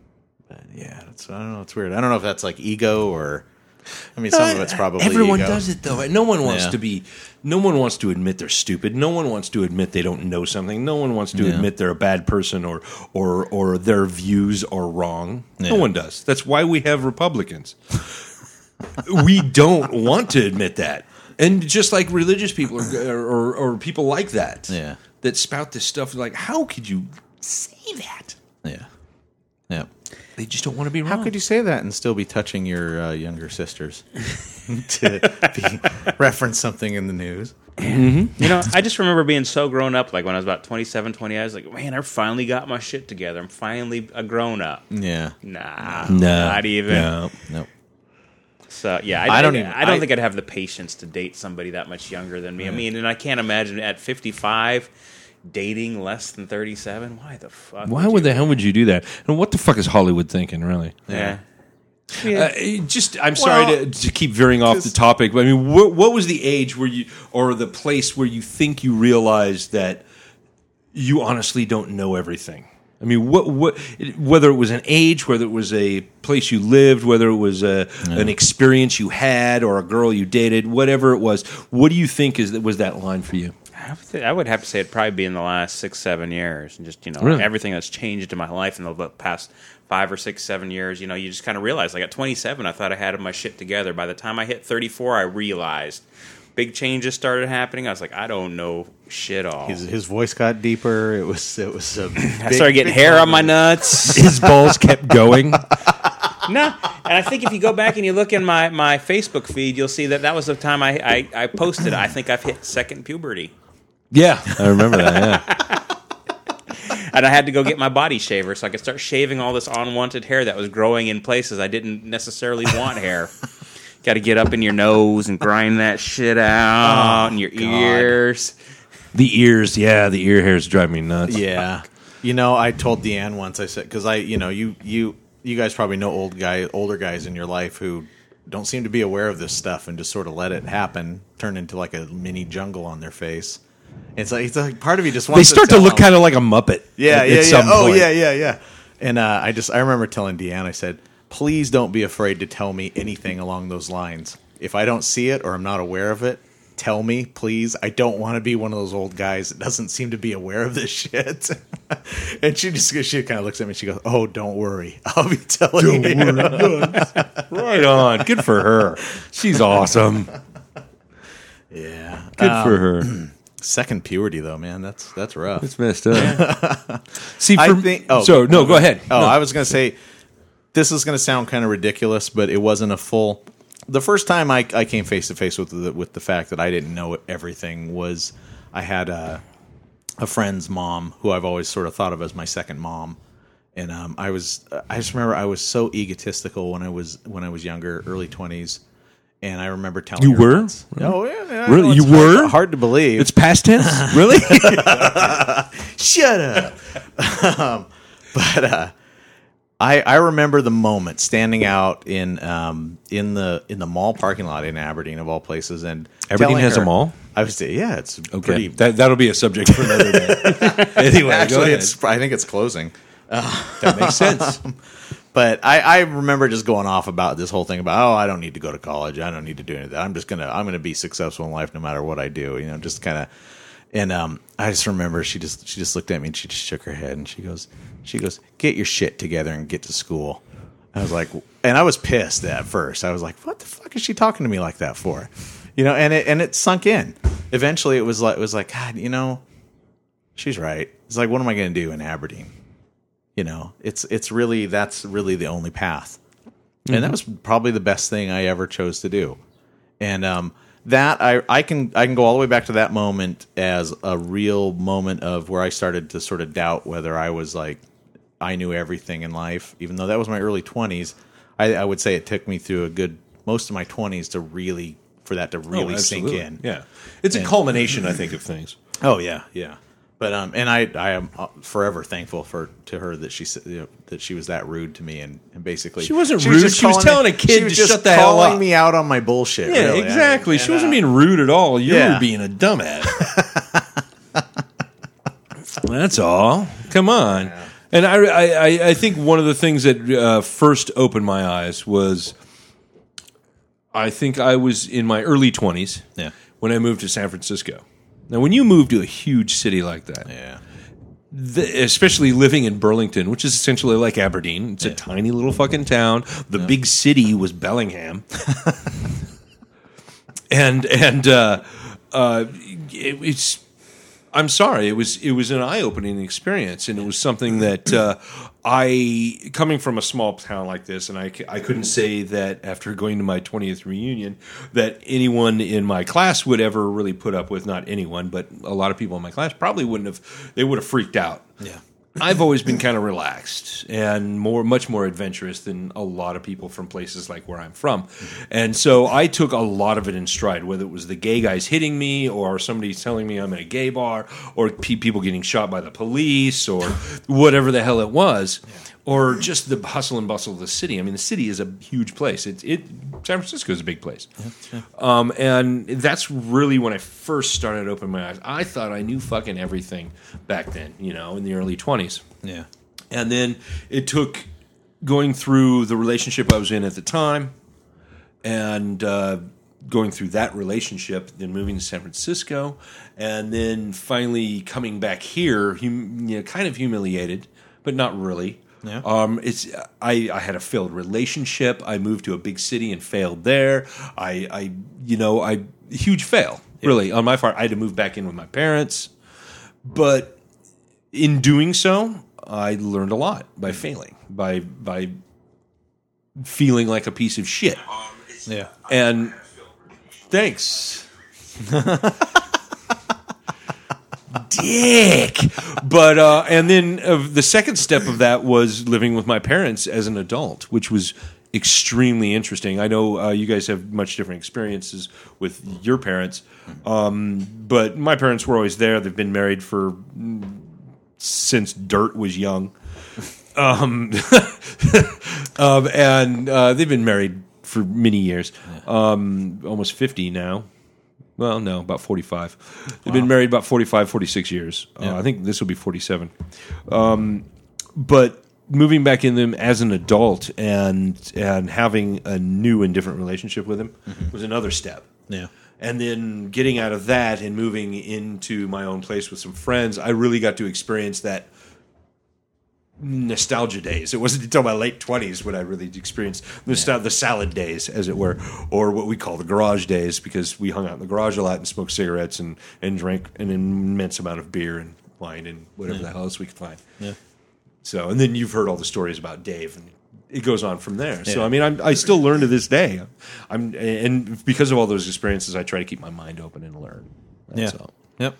S3: but yeah, that's, I don't know. It's weird. I don't know if that's like ego or. I mean, some of it's probably
S1: Uh, everyone
S3: ego.
S1: does it though. No one wants
S3: Yeah.
S1: to be. No one wants to admit they're stupid. No one wants to admit they don't know something. No one wants to admit they're a bad person or or or their views are wrong. No
S3: Yeah.
S1: one does. That's why we have Republicans. we don't want to admit that, and just like religious people or or, or people like that,
S3: Yeah.
S1: that spout this stuff. Like, how could you say that?
S3: Yeah, yeah.
S1: They just don't want to be wrong.
S3: How could you say that and still be touching your uh, younger sisters? to be, reference something in the news.
S4: You know, I just remember being so grown up. Like when I was about 27, 20, I was like, man, I finally got my shit together. I'm finally a grown up.
S3: Yeah.
S4: Nah,
S1: No.
S4: not even.
S3: No. Nope.
S4: So yeah,
S3: I
S4: I,
S3: don't
S4: don't. I,
S3: even-
S4: I don't
S3: I-
S4: think I'd have the patience to date somebody that much younger than me. I mean, and I can't imagine at fifty-five dating less than thirty-seven. Why the fuck?
S1: Why would the hell would you do that? And what the fuck is Hollywood thinking, really?
S4: Yeah.
S1: Uh, it just, I'm sorry to, to keep veering off the topic, but I mean, wh- what was the age where you, or the place where you think you realized that you honestly don't know everything? I mean, what, what, it- whether it was an age, whether it was a place you lived, whether it was a, an experience you had or a girl you dated, whatever it was, what do you think is that was that line for you?
S4: I would, say- I would have to say it'd probably be in the last six, seven years, and just you know
S1: Really?
S4: everything that's changed in my life in the past five or six, seven years. You know, you just kind of realize. Like at 27, I thought I had my shit together. By the time I hit 34, I realized big changes started happening. I was like, I don't know shit all.
S3: His, his voice got deeper. It was it was a
S4: I started getting hair on my nuts.
S1: His balls kept going.
S4: no, and I think if you go back and you look in my, my Facebook feed, you'll see that that was the time I, I, I posted. I think I've hit second puberty.
S1: Yeah, I remember that. Yeah.
S4: and I had to go get my body shaver so I could start shaving all this unwanted hair that was growing in places I didn't necessarily want hair. Got to get up in your nose and grind that shit out, and your ears.
S1: The ears, yeah, the ear hairs drive me nuts.
S3: Yeah. You know, I told Deanne once. I said because I, you know, you you you guys probably know old guy, older guys in your life who don't seem to be aware of this stuff and just sort of let it happen, turn into like a mini jungle on their face. It's like it's like part of you just
S1: They
S3: wants
S1: start to
S3: tell
S1: look
S3: them.
S1: kind of like a muppet.
S3: yeah
S1: at-
S3: yeah
S1: at
S3: yeah
S1: some
S3: oh
S1: point.
S3: yeah yeah yeah. And uh, I just I remember telling Deanne I said, please don't be afraid to tell me anything along those lines. If I don't see it or I'm not aware of it. Tell me, please. I don't want to be one of those old guys that doesn't seem to be aware of this shit. and she just she kind of looks at me. and She goes, "Oh, don't worry. I'll be telling you."
S1: Right on. Good for her. She's awesome.
S3: Yeah.
S1: Good for her.
S3: Second puberty, though, man. That's that's rough.
S1: It's messed up. See, for,
S3: I think- oh.
S1: so no, go ahead.
S3: Oh, I was going to say this is going to sound kind of ridiculous, but it wasn't a full. The first time I, I came face to face with the, with the fact that I didn't know everything was I had a, a friend's mom who I've always sort of thought of as my second mom, and um, I was I just remember I was so egotistical when I was when I was younger, early twenties, and I remember telling
S1: You
S3: her
S1: were?
S3: once- oh yeah, yeah, I
S1: Really?
S3: know, it's
S1: You
S3: hard-
S1: were?
S3: hard to believe
S1: It's past tense. Really?
S3: shut up. um, but uh, I I remember the moment standing out in um in the in the mall parking lot in Aberdeen of all places, and
S1: Aberdeen
S3: telling
S1: has a
S3: her-
S1: mall?
S3: I was yeah, it's
S1: okay.
S3: pretty.
S1: That that'll be a subject for another day. anyway, go
S3: actually,
S1: ahead. Oh,
S3: it's I think it's closing.
S1: that makes sense.
S3: But I, I remember just going off about this whole thing about oh I don't need to go to college I don't need to do anything I'm just gonna I'm gonna be successful in life no matter what I do you know just kind of and um I just remember she just she just looked at me and she just shook her head and she goes she goes get your shit together and get to school I was like and I was pissed at first I was like what the fuck is she talking to me like that for you know and it and it sunk in eventually it was like it was like God you know she's right it's like what am I gonna do in Aberdeen you know it's it's really that's really the only path and that
S1: Mm-hmm.
S3: was probably the best thing i ever chose to do and um that I, I can I can go all the way back to that moment as a real moment of where I started to sort of doubt whether I was like I knew everything in life, even though that was my early twenties. I, I would say it took me through a good most of my twenties to really for that to really
S1: Oh,
S3: sink
S1: absolutely.
S3: in.
S1: Yeah. It's a culmination, I think, of things.
S3: Oh yeah, yeah. But um, and I I am uh, forever thankful for to her that she said you know, that she was that rude to me and, and basically
S1: She wasn't rude.
S3: just
S1: She was
S3: calling
S1: telling a kid
S3: she was
S1: to
S3: just
S1: shut the hell
S3: calling
S1: up.
S3: me out on my bullshit.
S1: Yeah,
S3: really. I mean,
S1: exactly. she
S3: and,
S1: wasn't
S3: uh,
S1: being rude at all. You
S3: yeah.
S1: were being a dumbass. That's all. Come on. And I, I, I- I think one of the things that uh, first opened my eyes was I think I was in my early 20s
S3: Yeah.
S1: when I moved to San Francisco. Now, when you move to a huge city like that,
S3: Yeah.
S1: the, especially living in Burlington, which is essentially like Aberdeen. It's a tiny little fucking town. The big city was Bellingham, and and uh, uh, it, it's. I'm sorry. It was it was an eye opening experience, and it was something that uh, I, coming from a small town like this, and I, c- I couldn't say that after going to my 20th reunion that anyone in my class would ever really put up with. Not anyone, but a lot of people in my class probably wouldn't have. They would have freaked out.
S3: Yeah.
S1: I've always been kind of relaxed and more, much more adventurous than a lot of people from places like where I'm from, and so I took a lot of it in stride. Whether it was the gay guys hitting me, or somebody telling me I'm in a gay bar, or pe- people getting shot by the police, or whatever the hell it was, or just the hustle and bustle of the city. I mean, the city is a huge place. It, it San Francisco is a big place, um, and that's really when I first started opening my eyes. I thought I knew fucking everything back then, you know, in the early twenties.
S3: Yeah.
S1: And then it took going through the relationship I was in at the time and uh, going through that relationship, then moving to San Francisco, and then finally coming back here, hum- you know, kind of humiliated, but not really.
S3: Yeah.
S1: Um, it's I, I had a failed relationship. I moved to a big city and failed there. I, I you know, I huge fail really on my part. I had to move back in with my parents, but in doing so, I learned a lot by failing, by by feeling like a piece of shit.
S3: Yeah.
S1: And thanks. Dick. But uh and then uh, the second step of that was living with my parents as an adult, which was extremely interesting. I know uh, you guys have much different experiences with your parents. Um but my parents were always there. They've been married for since dirt was young. Um, um, and uh, they've been married for many years, um, almost 50 now. Well, no, about 45. They've been married about 45, 46 years. Uh, I think this will be 47. Um, but moving back in them as an adult and and having a new and different relationship with him was another step
S3: Yeah.
S1: and then getting out of that and moving into my own place with some friends, I really got to experience that nostalgia days. It wasn't until my late twenties when I really experienced the, sta- the salad days, as it were, or what we call the garage days, because we hung out in the garage a lot and smoked cigarettes and and drank an immense amount of beer and wine and whatever the hell else we could find.
S3: Yeah.
S1: So, and then you've heard all the stories about Dave, and it goes on from there. So,
S3: Yeah.
S1: I mean, I'm, I still learn to this day. I'm, and because of all those experiences, I try to keep my mind open and learn. That's
S3: yeah.
S1: all.
S3: Yep.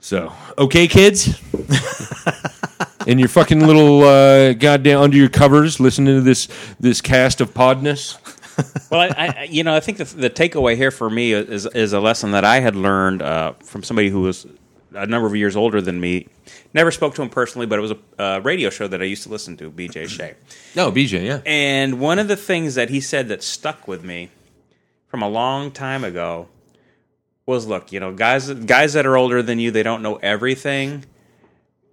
S1: So, okay, kids, in your fucking little uh, goddamn under your covers, listening to this this cast of podness.
S4: well, I, I, you know, I think the, the takeaway here for me is is a lesson that I had learned uh, from somebody who was a number of years older than me. Never spoke to him personally, but it was a uh, radio show that I used to listen to, BJ Shea.
S1: No, BJ, yeah,
S4: And one of the things that he said that stuck with me from a long time ago was, look, you know, guys guys that are older than you, they don't know everything,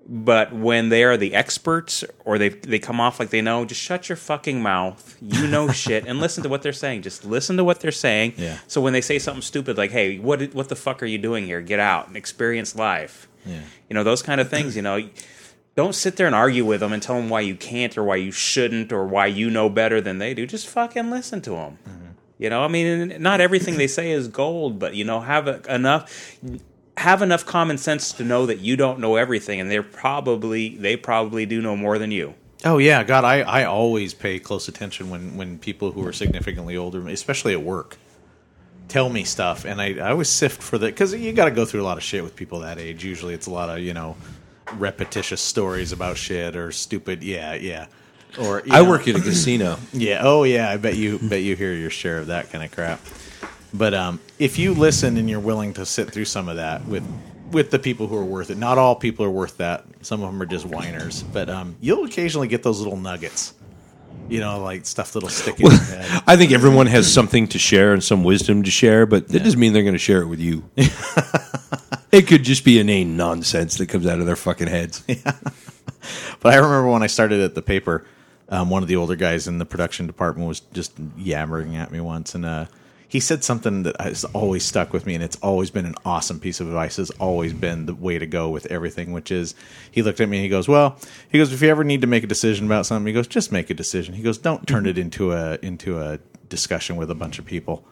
S4: but when they are the experts or they they come off like they know, just shut your fucking mouth. You know shit and listen to what they're saying. Just listen to what they're saying.
S3: Yeah.
S4: So when they say something stupid like, "Hey, what what the fuck are you doing here? Get out and experience life."
S3: Yeah.
S4: You know, those kind of things, you know don't sit there and argue with them and tell them why you can't or why you shouldn't or why you know better than they do. Just fucking listen to them. You know, I mean, not everything they say is gold, but you know, have a, enough have enough common sense to know that you don't know everything, and they're probably they probably do know more than you.
S3: Oh yeah, God, I, I always pay close attention when, when people who are significantly older, especially at work, tell me stuff, and I, I always sift for the because you got to go through a lot of shit with people that age. Usually, it's a lot of you know repetitious stories about shit or stupid. Yeah, yeah. Or you
S1: I
S3: know,
S1: work at a casino.
S3: Yeah. Oh yeah. I bet you bet you hear your share of that kind of crap. But um, if you listen and you're willing to sit through some of that with with the people who are worth it, not all people are worth that. Some of them are just whiners. But um, you'll occasionally get those little nuggets. You know, like stuff that'll stick in your head.
S1: I think everyone has something to share and some wisdom to share, but that doesn't mean they're going to share it with you. it could just be inane nonsense that comes out of their fucking heads.
S3: But I remember when I started at the paper, um, one of the older guys in the production department was just yammering at me once, and uh, he said something that has always stuck with me, and it's always been an awesome piece of advice. Has always been the way to go with everything. Which is, he looked at me and he goes, "Well, he goes, if you ever need to make a decision about something, he goes, just make a decision. He goes, don't turn it into a into a discussion with a bunch of people."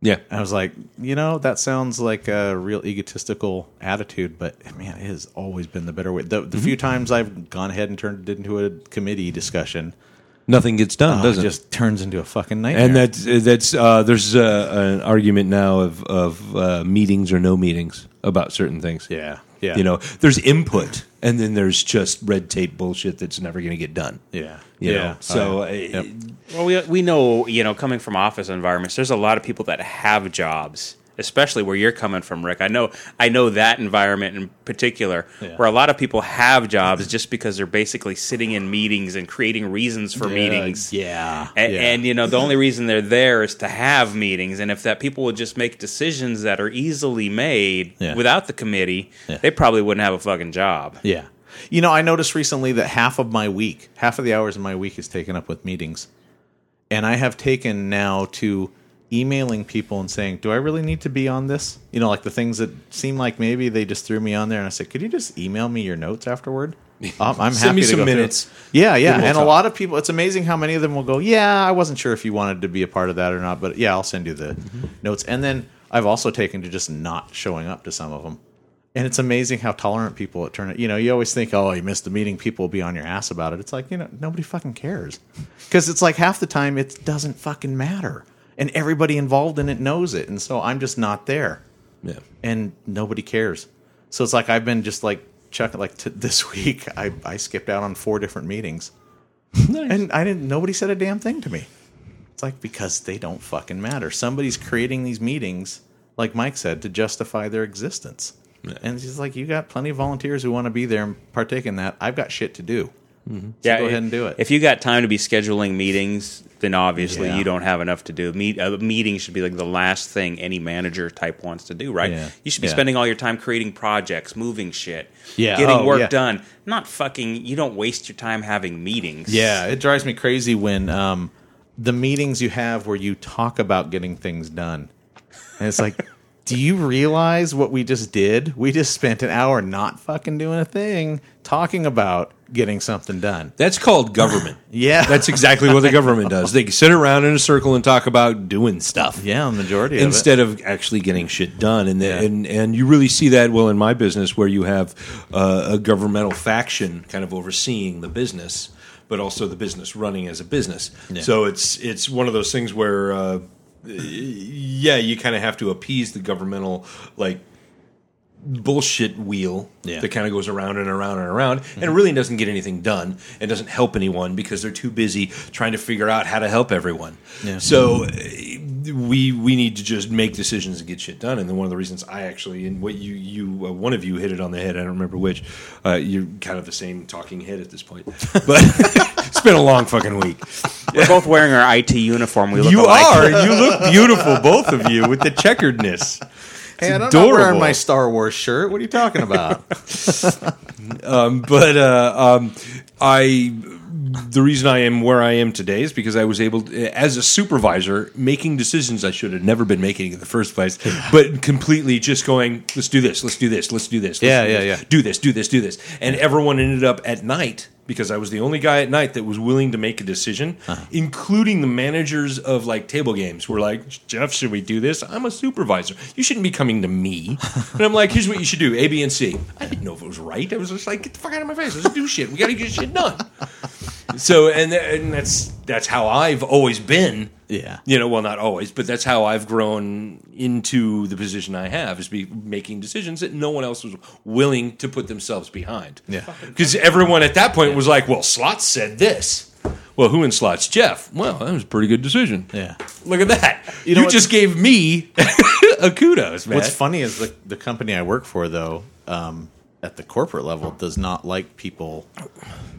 S1: Yeah.
S3: I was like, you know, that sounds like a real egotistical attitude, but man, it has always been the better way. The,
S1: Mm-hmm.
S3: the few times I've gone ahead and turned it into a committee discussion,
S1: Nothing gets done,
S3: uh,
S1: does
S3: it
S1: it?
S3: just turns into a fucking nightmare.
S1: and that's that's uh, there's uh, an argument now of of uh, meetings or no meetings about certain things.
S3: yeah, yeah,
S1: You know, there's input, and then there's just red tape bullshit that's never going to get done.
S3: yeah,
S1: You
S3: yeah.
S1: know? So
S3: Uh,
S1: uh,
S3: yep.
S4: Well, we we know you know coming from office environments, there's a lot of people that have jobs especially where you're coming from, Rick. I know I know that environment in particular, where a lot of people have jobs just because they're basically sitting in meetings and creating reasons for meetings.
S3: Yeah.
S4: And,
S3: yeah.
S4: and you know the only reason they're there is to have meetings, and if that people would just make decisions that are easily made
S3: Yeah.
S4: without the committee,
S3: Yeah.
S4: they probably wouldn't have a fucking job.
S3: yeah. You know, I noticed recently that half of my week, half of the hours of my week is taken up with meetings. And I have taken now to emailing people and saying, Do I really need to be on this? You know, like the things that seem like maybe they just threw me on there. And I said, Could you just email me your notes afterward? Um, I'm
S1: Send
S3: happy
S1: me
S3: to
S1: some
S3: go through it."
S1: minutes.
S3: Yeah, yeah.
S1: Then
S3: And
S1: we'll
S3: a
S1: talk.
S3: lot of people, it's amazing how many of them will go, Yeah, I wasn't sure if you wanted to be a part of that or not, but yeah, I'll send you the
S1: Mm-hmm.
S3: notes. And then I've also taken to just not showing up to some of them. And it's amazing how tolerant people it turn out. You know, you always think, oh, you missed the meeting, people will be on your ass about it. It's like, you know, nobody fucking cares. Because it's like half the time it doesn't fucking matter. And everybody involved in it knows it. And so I'm just not there
S1: Yeah.
S3: and nobody cares. So it's like I've been just like chucking. Like t- this week, I I skipped out on four different meetings, and I didn't. Nobody said a damn thing to me. It's like because they don't fucking matter. Somebody's creating these meetings, like Mike said, to justify their existence. And it's just like you got plenty of volunteers who want to be there and partake in that. I've got shit to do.
S4: yeah,
S3: go
S4: if-
S3: ahead and do it.
S4: If you got time to be scheduling meetings, then obviously
S3: Yeah.
S4: you don't have enough to do. Meet, a meeting should be like the last thing any manager type wants to do, right?
S3: Yeah.
S4: You should be
S3: Yeah.
S4: spending all your time creating projects, moving shit,
S3: Yeah.
S4: getting
S3: Oh,
S4: work
S3: yeah.
S4: done. Not fucking. You don't waste your time having meetings.
S3: Yeah, it drives me crazy when um, the meetings you have where you talk about getting things done, and it's like, do you realize what we just did? We just spent an hour not fucking doing a thing, talking about getting something done.
S1: That's called government.
S3: Yeah,
S1: That's exactly what the government does. They sit around in a circle and talk about doing stuff.
S3: yeah, the majority of it.
S1: instead of actually getting shit done. And, the,
S3: Yeah.
S1: and and you really see that well in my business, where you have uh, a governmental faction kind of overseeing the business, but also the business running as a business. So it's it's one of those things where. Uh, yeah, you kind of have to appease the governmental like bullshit wheel
S3: Yeah. Mm-hmm.
S1: that kind of goes around and around and around and really doesn't get anything done and doesn't help anyone because they're too busy trying to figure out how to help everyone.
S3: Yeah.
S1: So uh, we we need to just make decisions and get shit done. And then one of the reasons I actually and what you you uh, one of you hit it on the head. I don't remember which. Uh, you're kind of the same talking head at this point, but it's been a long fucking week.
S4: We're both wearing our IT uniform. We look
S1: You
S4: alike.
S1: are. You look beautiful, both of you, with the checkeredness.
S3: hey, I'm not
S1: adorable.
S3: wearing my Star Wars shirt. What are you talking about?
S1: but uh, um, I the reason I am where I am today is because I was able, to, as a supervisor, making decisions I should have never been making in the first place, but completely just going, let's do this, let's do this, let's do this, let's
S3: Yeah,
S1: do
S3: yeah,
S1: this,
S3: yeah.
S1: do this, do this, do this, and everyone ended up at night. Because I was the only guy at night that was willing to make a decision,
S3: Uh-huh.
S1: including the managers of like table games. Were like, Jeff, should we do this? I'm a supervisor. You shouldn't be coming to me. And I'm like, here's what you should do: A, B, and C. I didn't know if it was right. I was just like, get the fuck out of my face. Let's do shit. We gotta get shit done. So and th- and that's that's how I've always been.
S3: Yeah.
S1: You know, well, not always, but that's how I've grown into the position I have is be making decisions that no one else was willing to put themselves behind.
S3: Yeah.
S1: Because everyone at that point was like, "Well, Slots said this." Well, who in Slots? Jeff. Well, that was a pretty good decision.
S3: Yeah.
S1: Look at that. You,
S3: know what-
S1: just gave me a kudos, man.
S3: What's funny is the the company I work for, though, um, at the corporate level, does not like people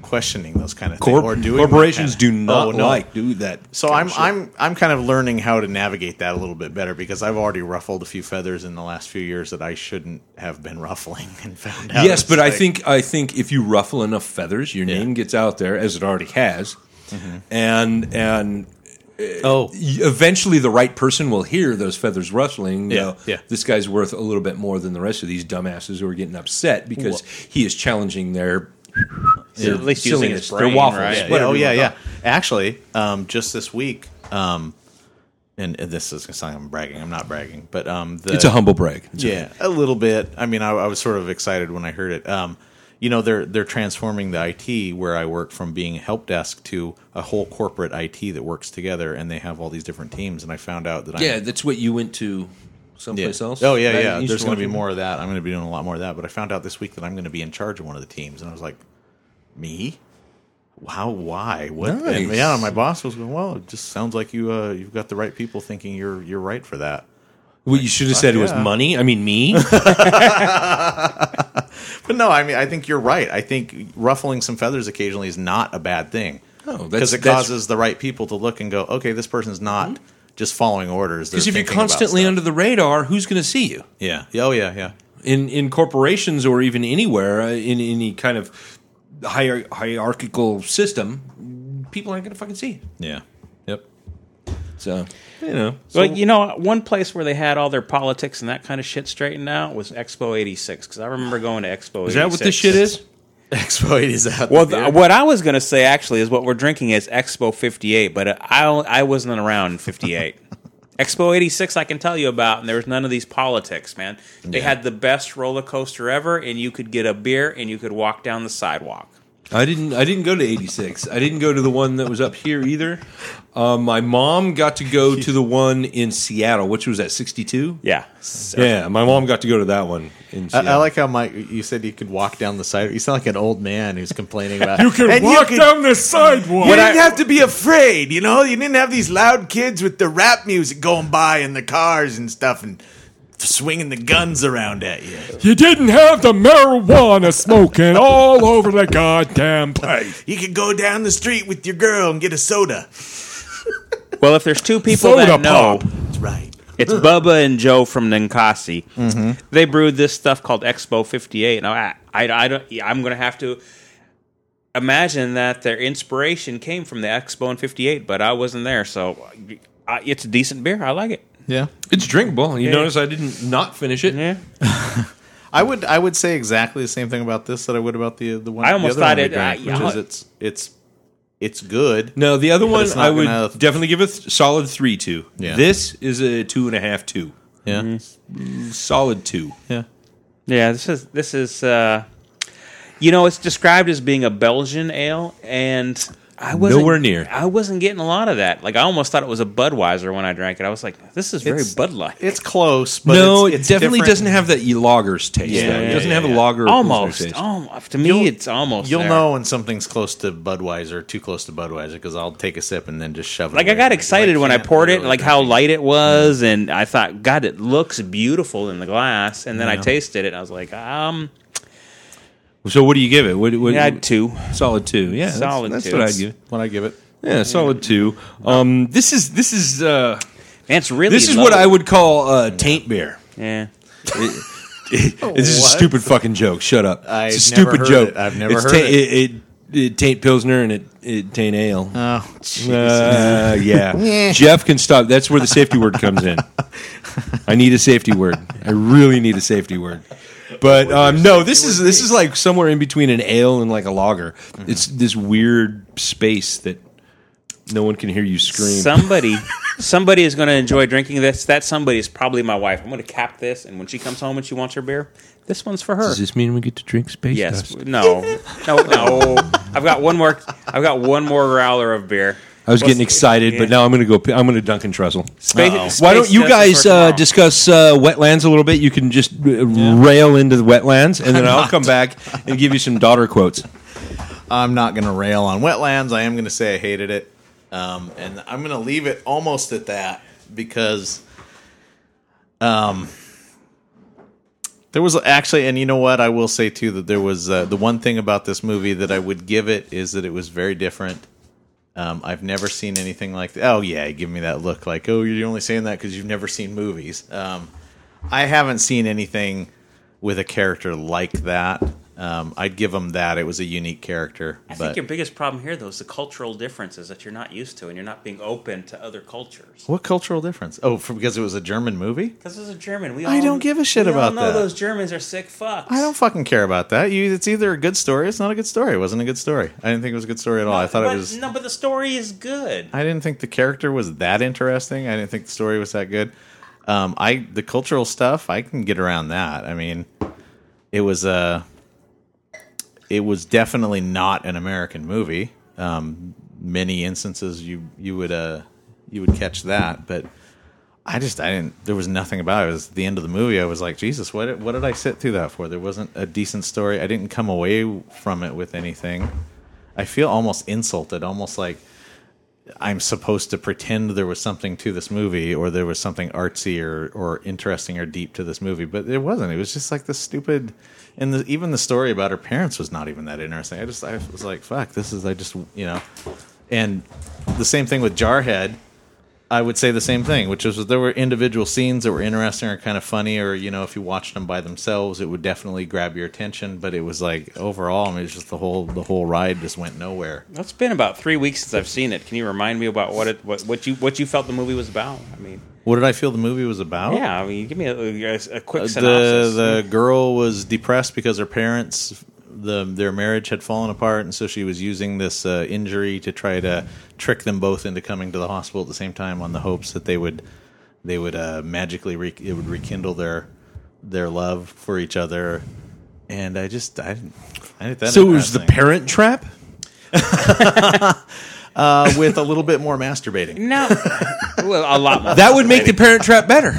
S3: questioning those kind of
S1: Corp-
S3: things or doing that
S1: corporations
S3: kinda-
S1: do not
S3: Oh, no.
S1: like do that.
S3: So
S1: kind of
S3: I'm
S1: shit.
S3: I'm I'm kind of learning how to navigate that a little bit better because I've already ruffled a few feathers in the last few years that I shouldn't have been ruffling and found out.
S1: Yes,
S3: It's
S1: but I
S3: like-
S1: think I think if you ruffle enough feathers, your name gets out there as it already has,
S3: Mm-hmm.
S1: and and
S3: oh
S1: y- eventually the right person will hear those feathers rustling.
S3: Yeah,
S1: go,
S3: yeah.
S1: This guy's worth a little bit more than the rest of these dumbasses who are getting upset because he is challenging their.
S4: So at least using his
S1: Silliness. They're
S4: brain,
S1: waffles.
S4: right?
S1: Yeah.
S3: yeah, oh
S1: whatever you
S3: yeah
S1: wanna
S3: yeah. Actually, um, just this week, um, and and this is gonna sound like I'm bragging. I'm not bragging, but um, the,
S1: It's a humble brag. It's a-
S3: yeah, a little bit. I mean, I, I was sort of excited when I heard it. Um, you know, they're they're transforming the IT where I work from being a help desk to a whole corporate IT that works together, and they have all these different teams. And I found out that
S1: yeah,
S3: I'm,
S1: that's what you went to someplace else.
S3: Oh yeah,
S1: Right?
S3: yeah.
S1: You
S3: There's
S1: used
S3: going to be
S1: work-
S3: more of that. I'm going to be doing a lot more of that. But I found out this week that I'm going to be in charge of one of the teams, and I was like, me? How? Why? What? and
S1: Nice.
S3: yeah, my boss was going. Well, it just sounds like you uh, you've got the right people thinking you're you're right for that.
S1: What you should have said was
S3: yeah.
S1: money. I mean, me.
S3: But no, I mean, I think you're right. I think ruffling some feathers occasionally is not a bad thing.
S1: No, Oh, that's-
S3: because it
S1: that's-
S3: causes the right people to look and go, okay, this person's not just following orders.
S1: Because if you're constantly under the radar, who's going to see you?
S3: yeah, Yeah, oh yeah, yeah.
S1: in in corporations or even anywhere uh, in any kind of hier- hierarchical system, people aren't going to fucking see. it.
S3: Yeah. Yep.
S1: So you know,
S4: well, you know, one place where they had all their politics and that kind of shit straightened out was Expo '86. Because I remember going to Expo.
S1: is that what this shit is?
S3: Expo 80 is out.
S4: Well,
S3: there.
S4: th- what I was going to say actually is what we're drinking is Expo 58, but uh, I I wasn't around in 58. Expo 86 I can tell you about, and there was none of these politics, man. They had the best roller coaster ever, and you could get a beer and you could walk down the sidewalk.
S1: I didn't. I didn't go to '86. I didn't go to the one that was up here either. Uh, my mom got to go to the one in Seattle, which was at '62.
S4: Yeah.
S1: Yeah, my mom got to go to that one. In
S3: I,
S1: Seattle.
S3: I like how Mike. You said you could walk down the side. You sound like an old man who's complaining about.
S2: You can
S3: And
S2: walk
S3: could-
S2: down the sidewalk.
S3: You didn't have to be afraid, you know. You didn't have these loud kids with the rap music going by in the cars and stuff, and swinging the guns around at you.
S2: You didn't have the marijuana smoking all over the goddamn place.
S3: You could go down the street with your girl and get a soda.
S4: Well, if there's two people
S2: Soda
S4: that know,
S2: pop.
S3: That's right.
S4: it's Bubba and Joe from Ninkasi. They brewed this stuff called Expo 58. Now, I, I, I don't, yeah, I'm going to have to imagine that their inspiration came from the Expo in 58, but I wasn't there. So I, it's a decent beer. I like it.
S3: Yeah,
S1: it's drinkable. You notice I didn't not finish it.
S4: Yeah.
S3: I would. I would say exactly the same thing about this that I would about the the one.
S4: I almost
S3: the other
S4: thought
S3: one we
S4: it-
S3: drank,
S4: I-
S3: which
S4: yeah.
S3: is it's it's it's good.
S1: No, the other one
S3: it's not
S1: I would
S3: gonna-
S1: definitely give a th- solid three to.
S3: Yeah.
S1: This is a two and a half two.
S3: Yeah,
S1: Solid two.
S3: yeah.
S4: Yeah, this is this is uh you know, it's described as being a Belgian ale and I wasn't
S1: Nowhere near.
S4: I wasn't getting a lot of that. Like I almost thought it was a Budweiser when I drank it. I was like, this is very
S3: It's-
S4: Bud Light.
S3: It's close, but
S1: no,
S3: it's,
S1: it
S3: it's
S1: definitely
S3: different.
S1: doesn't have that logger's taste.
S3: Yeah,
S1: though. it
S3: yeah,
S1: doesn't
S3: yeah,
S1: have a
S3: yeah.
S1: lager.
S4: Almost,
S1: taste.
S4: almost. To me, it's almost.
S3: You'll
S4: there.
S3: know when something's close to Budweiser, too close to Budweiser, because I'll take a sip and then just shove it.
S4: Like I
S3: away.
S4: got excited when I
S3: can't
S4: poured it, and
S3: literally
S4: like
S3: drink
S4: how light it was, and I thought, God, it looks beautiful in the glass. And then I tasted it, and I was like, um,
S1: So what do you give it? What, what,
S4: I had two.
S1: Solid two. Yeah, that's-
S4: Solid
S1: That's,
S4: two.
S1: what I'd give. it.
S3: when I give it.
S1: Yeah, solid two. Um, this is this is uh,
S4: Man, it's really
S1: this is
S4: low.
S1: what I would call uh, taint beer.
S4: Yeah,
S1: This is a
S3: What?
S1: stupid fucking joke. Shut up.
S3: I've
S1: it's a
S3: never
S1: stupid
S3: heard
S1: joke.
S3: it. I've never
S1: it's
S3: heard
S1: taint,
S3: it.
S1: It, it. It taint pilsner and it it taint ale.
S3: Oh, jeez.
S1: Uh, yeah. Jeff can stop. That's where the safety word comes in. I need a safety word. I really need a safety word. But um, no, this is Mm-hmm. this is like somewhere in between an ale and like a lager. It's this weird space that no one can hear you scream.
S4: somebody somebody is going to enjoy drinking this. That somebody is probably my wife. I'm going to cap this, and when she comes home and she wants her beer, this one's for her.
S1: Does this mean we get to drink space?
S4: Yes,
S1: Dust?
S4: no, no, no. I've got one more. I've got one more growler of beer.
S1: I was getting
S4: Let's-
S1: excited, but
S4: yeah.
S1: now I'm going to go. p- I'm going to Duncan Trussell.
S4: Space-
S1: Why don't
S4: space
S1: you
S4: dust is
S1: guys
S4: for
S1: uh,
S4: tomorrow.
S1: discuss uh, wetlands a little bit? You can just uh, rail into the wetlands, and then I'll come back and give you some daughter quotes.
S3: I'm not going to rail on wetlands. I am going to say I hated it. Um, and I'm going to leave it almost at that because um, there was actually, and you know what? I will say too that there was uh, the one thing about this movie that I would give it is that it was very different. Um, I've never seen anything like that. Oh, yeah, give me that look like, oh, you're only saying that because you've never seen movies. Um, I haven't seen anything with a character like that. Um, I'd give him that. It was a unique character.
S4: I
S3: but
S4: think your biggest problem here, though, is the cultural differences that you're not used to, and you're not being open to other cultures.
S3: what cultural difference? Oh, for, because it was a German movie.
S4: Because as a German, we all,
S3: I don't give a shit
S4: we all
S3: about
S4: know
S3: that.
S4: Those Germans are sick fucks.
S3: I don't fucking care about that. You, it's either a good story. It's not a good story. It wasn't a good story. I didn't think it was a good story at all. I thought
S4: but,
S3: it was.
S4: no, but the story is good.
S3: I didn't think the character was that interesting. I didn't think the story was that good. Um, I the cultural stuff I can get around that. I mean, it was a. It was definitely not an American movie. Um, many instances you you would uh you would catch that, but I just I didn't. There was nothing about it. It was the end of the movie. I was like, Jesus, what did- what did I sit through that for? There wasn't a decent story. I didn't come away from it with anything. I feel almost insulted, almost like I'm supposed to pretend there was something to this movie or there was something artsy or, or interesting or deep to this movie, but it wasn't. It was just like this stupid, and the, even the story about her parents was not even that interesting. I just I was like, fuck, this is I just you know, and the same thing with Jarhead. I would say the same thing, which is that there were individual scenes that were interesting or kind of funny, or you know, if you watched them by themselves, it would definitely grab your attention. But it was like overall, I mean, it's just the whole the whole ride just went nowhere.
S4: It's been about three weeks since I've seen it. Can you remind me about what it what, what you what you felt the movie was about? I mean,
S3: What did I feel the movie was about?
S4: yeah, I mean, give me a, a- a quick synopsis.
S3: Uh, the the girl was depressed because her parents the their marriage had fallen apart and so she was using this uh, injury to try to trick them both into coming to the hospital at the same time on the hopes that they would they would uh, magically re- it would rekindle their their love for each other and I just I didn't I didn't that
S1: So it was the
S3: interesting.
S1: Parent Trap.
S3: uh, with a little bit more masturbating
S4: no, well, a lot more.
S1: That would make the Parent Trap better.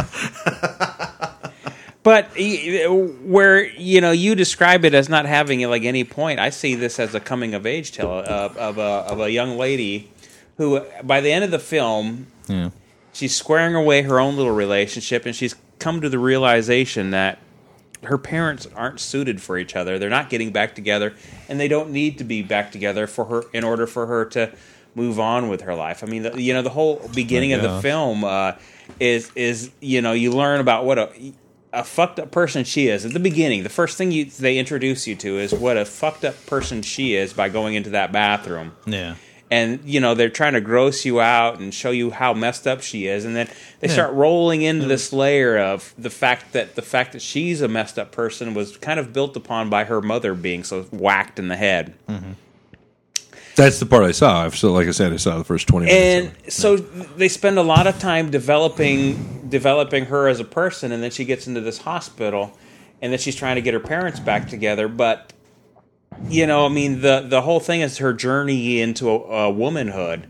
S4: But y- where you know you describe it as not having like any point, I see this as a coming of age tale of, of a of a young lady who, by the end of the film, she's squaring away her own little relationship, and she's come to the realization that her parents aren't suited for each other. They're not getting back together, and they don't need to be back together for her in order for her to move on with her life. I mean, the, you know, the whole beginning of the
S3: gosh.
S4: film uh, is is you know you learn about what a a fucked up person she is at the beginning. The first thing you they introduce you to is what a fucked up person she is by going into that bathroom
S3: yeah
S4: and you know they're trying to gross you out and show you how messed up she is and then they start rolling into this layer of the fact that the fact that she's a messed up person was kind of built upon by her mother being so whacked in the head
S1: That's the part I saw. So, like I said, I saw the first twenty minutes.
S4: and so they spend a lot of time developing developing her as a person and then she gets into this hospital and then she's trying to get her parents back together but you know i mean the the whole thing is her journey into a, a womanhood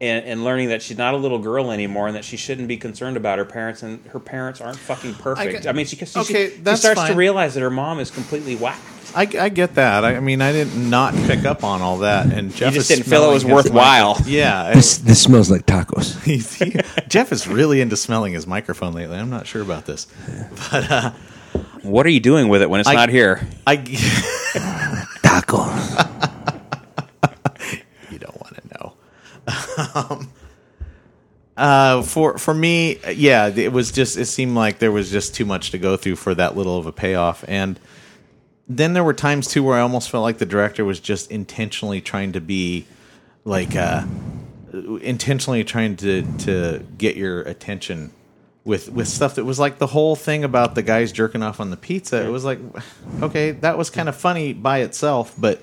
S4: and, and learning that she's not a little girl anymore and that she shouldn't be concerned about her parents and her parents aren't fucking perfect
S3: get-
S4: i, mean she, she,
S3: Okay,
S4: she,
S3: that's
S4: starts to
S3: fine.
S4: realize that her mom is completely whacked
S3: I, I get that I, I mean I didn't not pick up on all that and Jeff
S4: you just
S3: is
S4: didn't feel it
S3: smelling
S4: was
S3: his
S4: worthwhile
S3: mic- yeah and-
S1: this smells like tacos.
S3: He's- he- Jeff is really into smelling his microphone lately. I'm not sure about this.
S4: what are you doing with it when it's
S3: I-
S4: not here
S3: I you
S1: Tacos.
S3: don't want to know. Um, uh, for for me, yeah, it was just it seemed like there was just too much to go through for that little of a payoff, and then there were times too where I almost felt like the director was just intentionally trying to be like uh, intentionally trying to to get your attention. With, with stuff that was like the whole thing about the guys jerking off on the pizza, it was like, okay, that was kind of funny by itself, but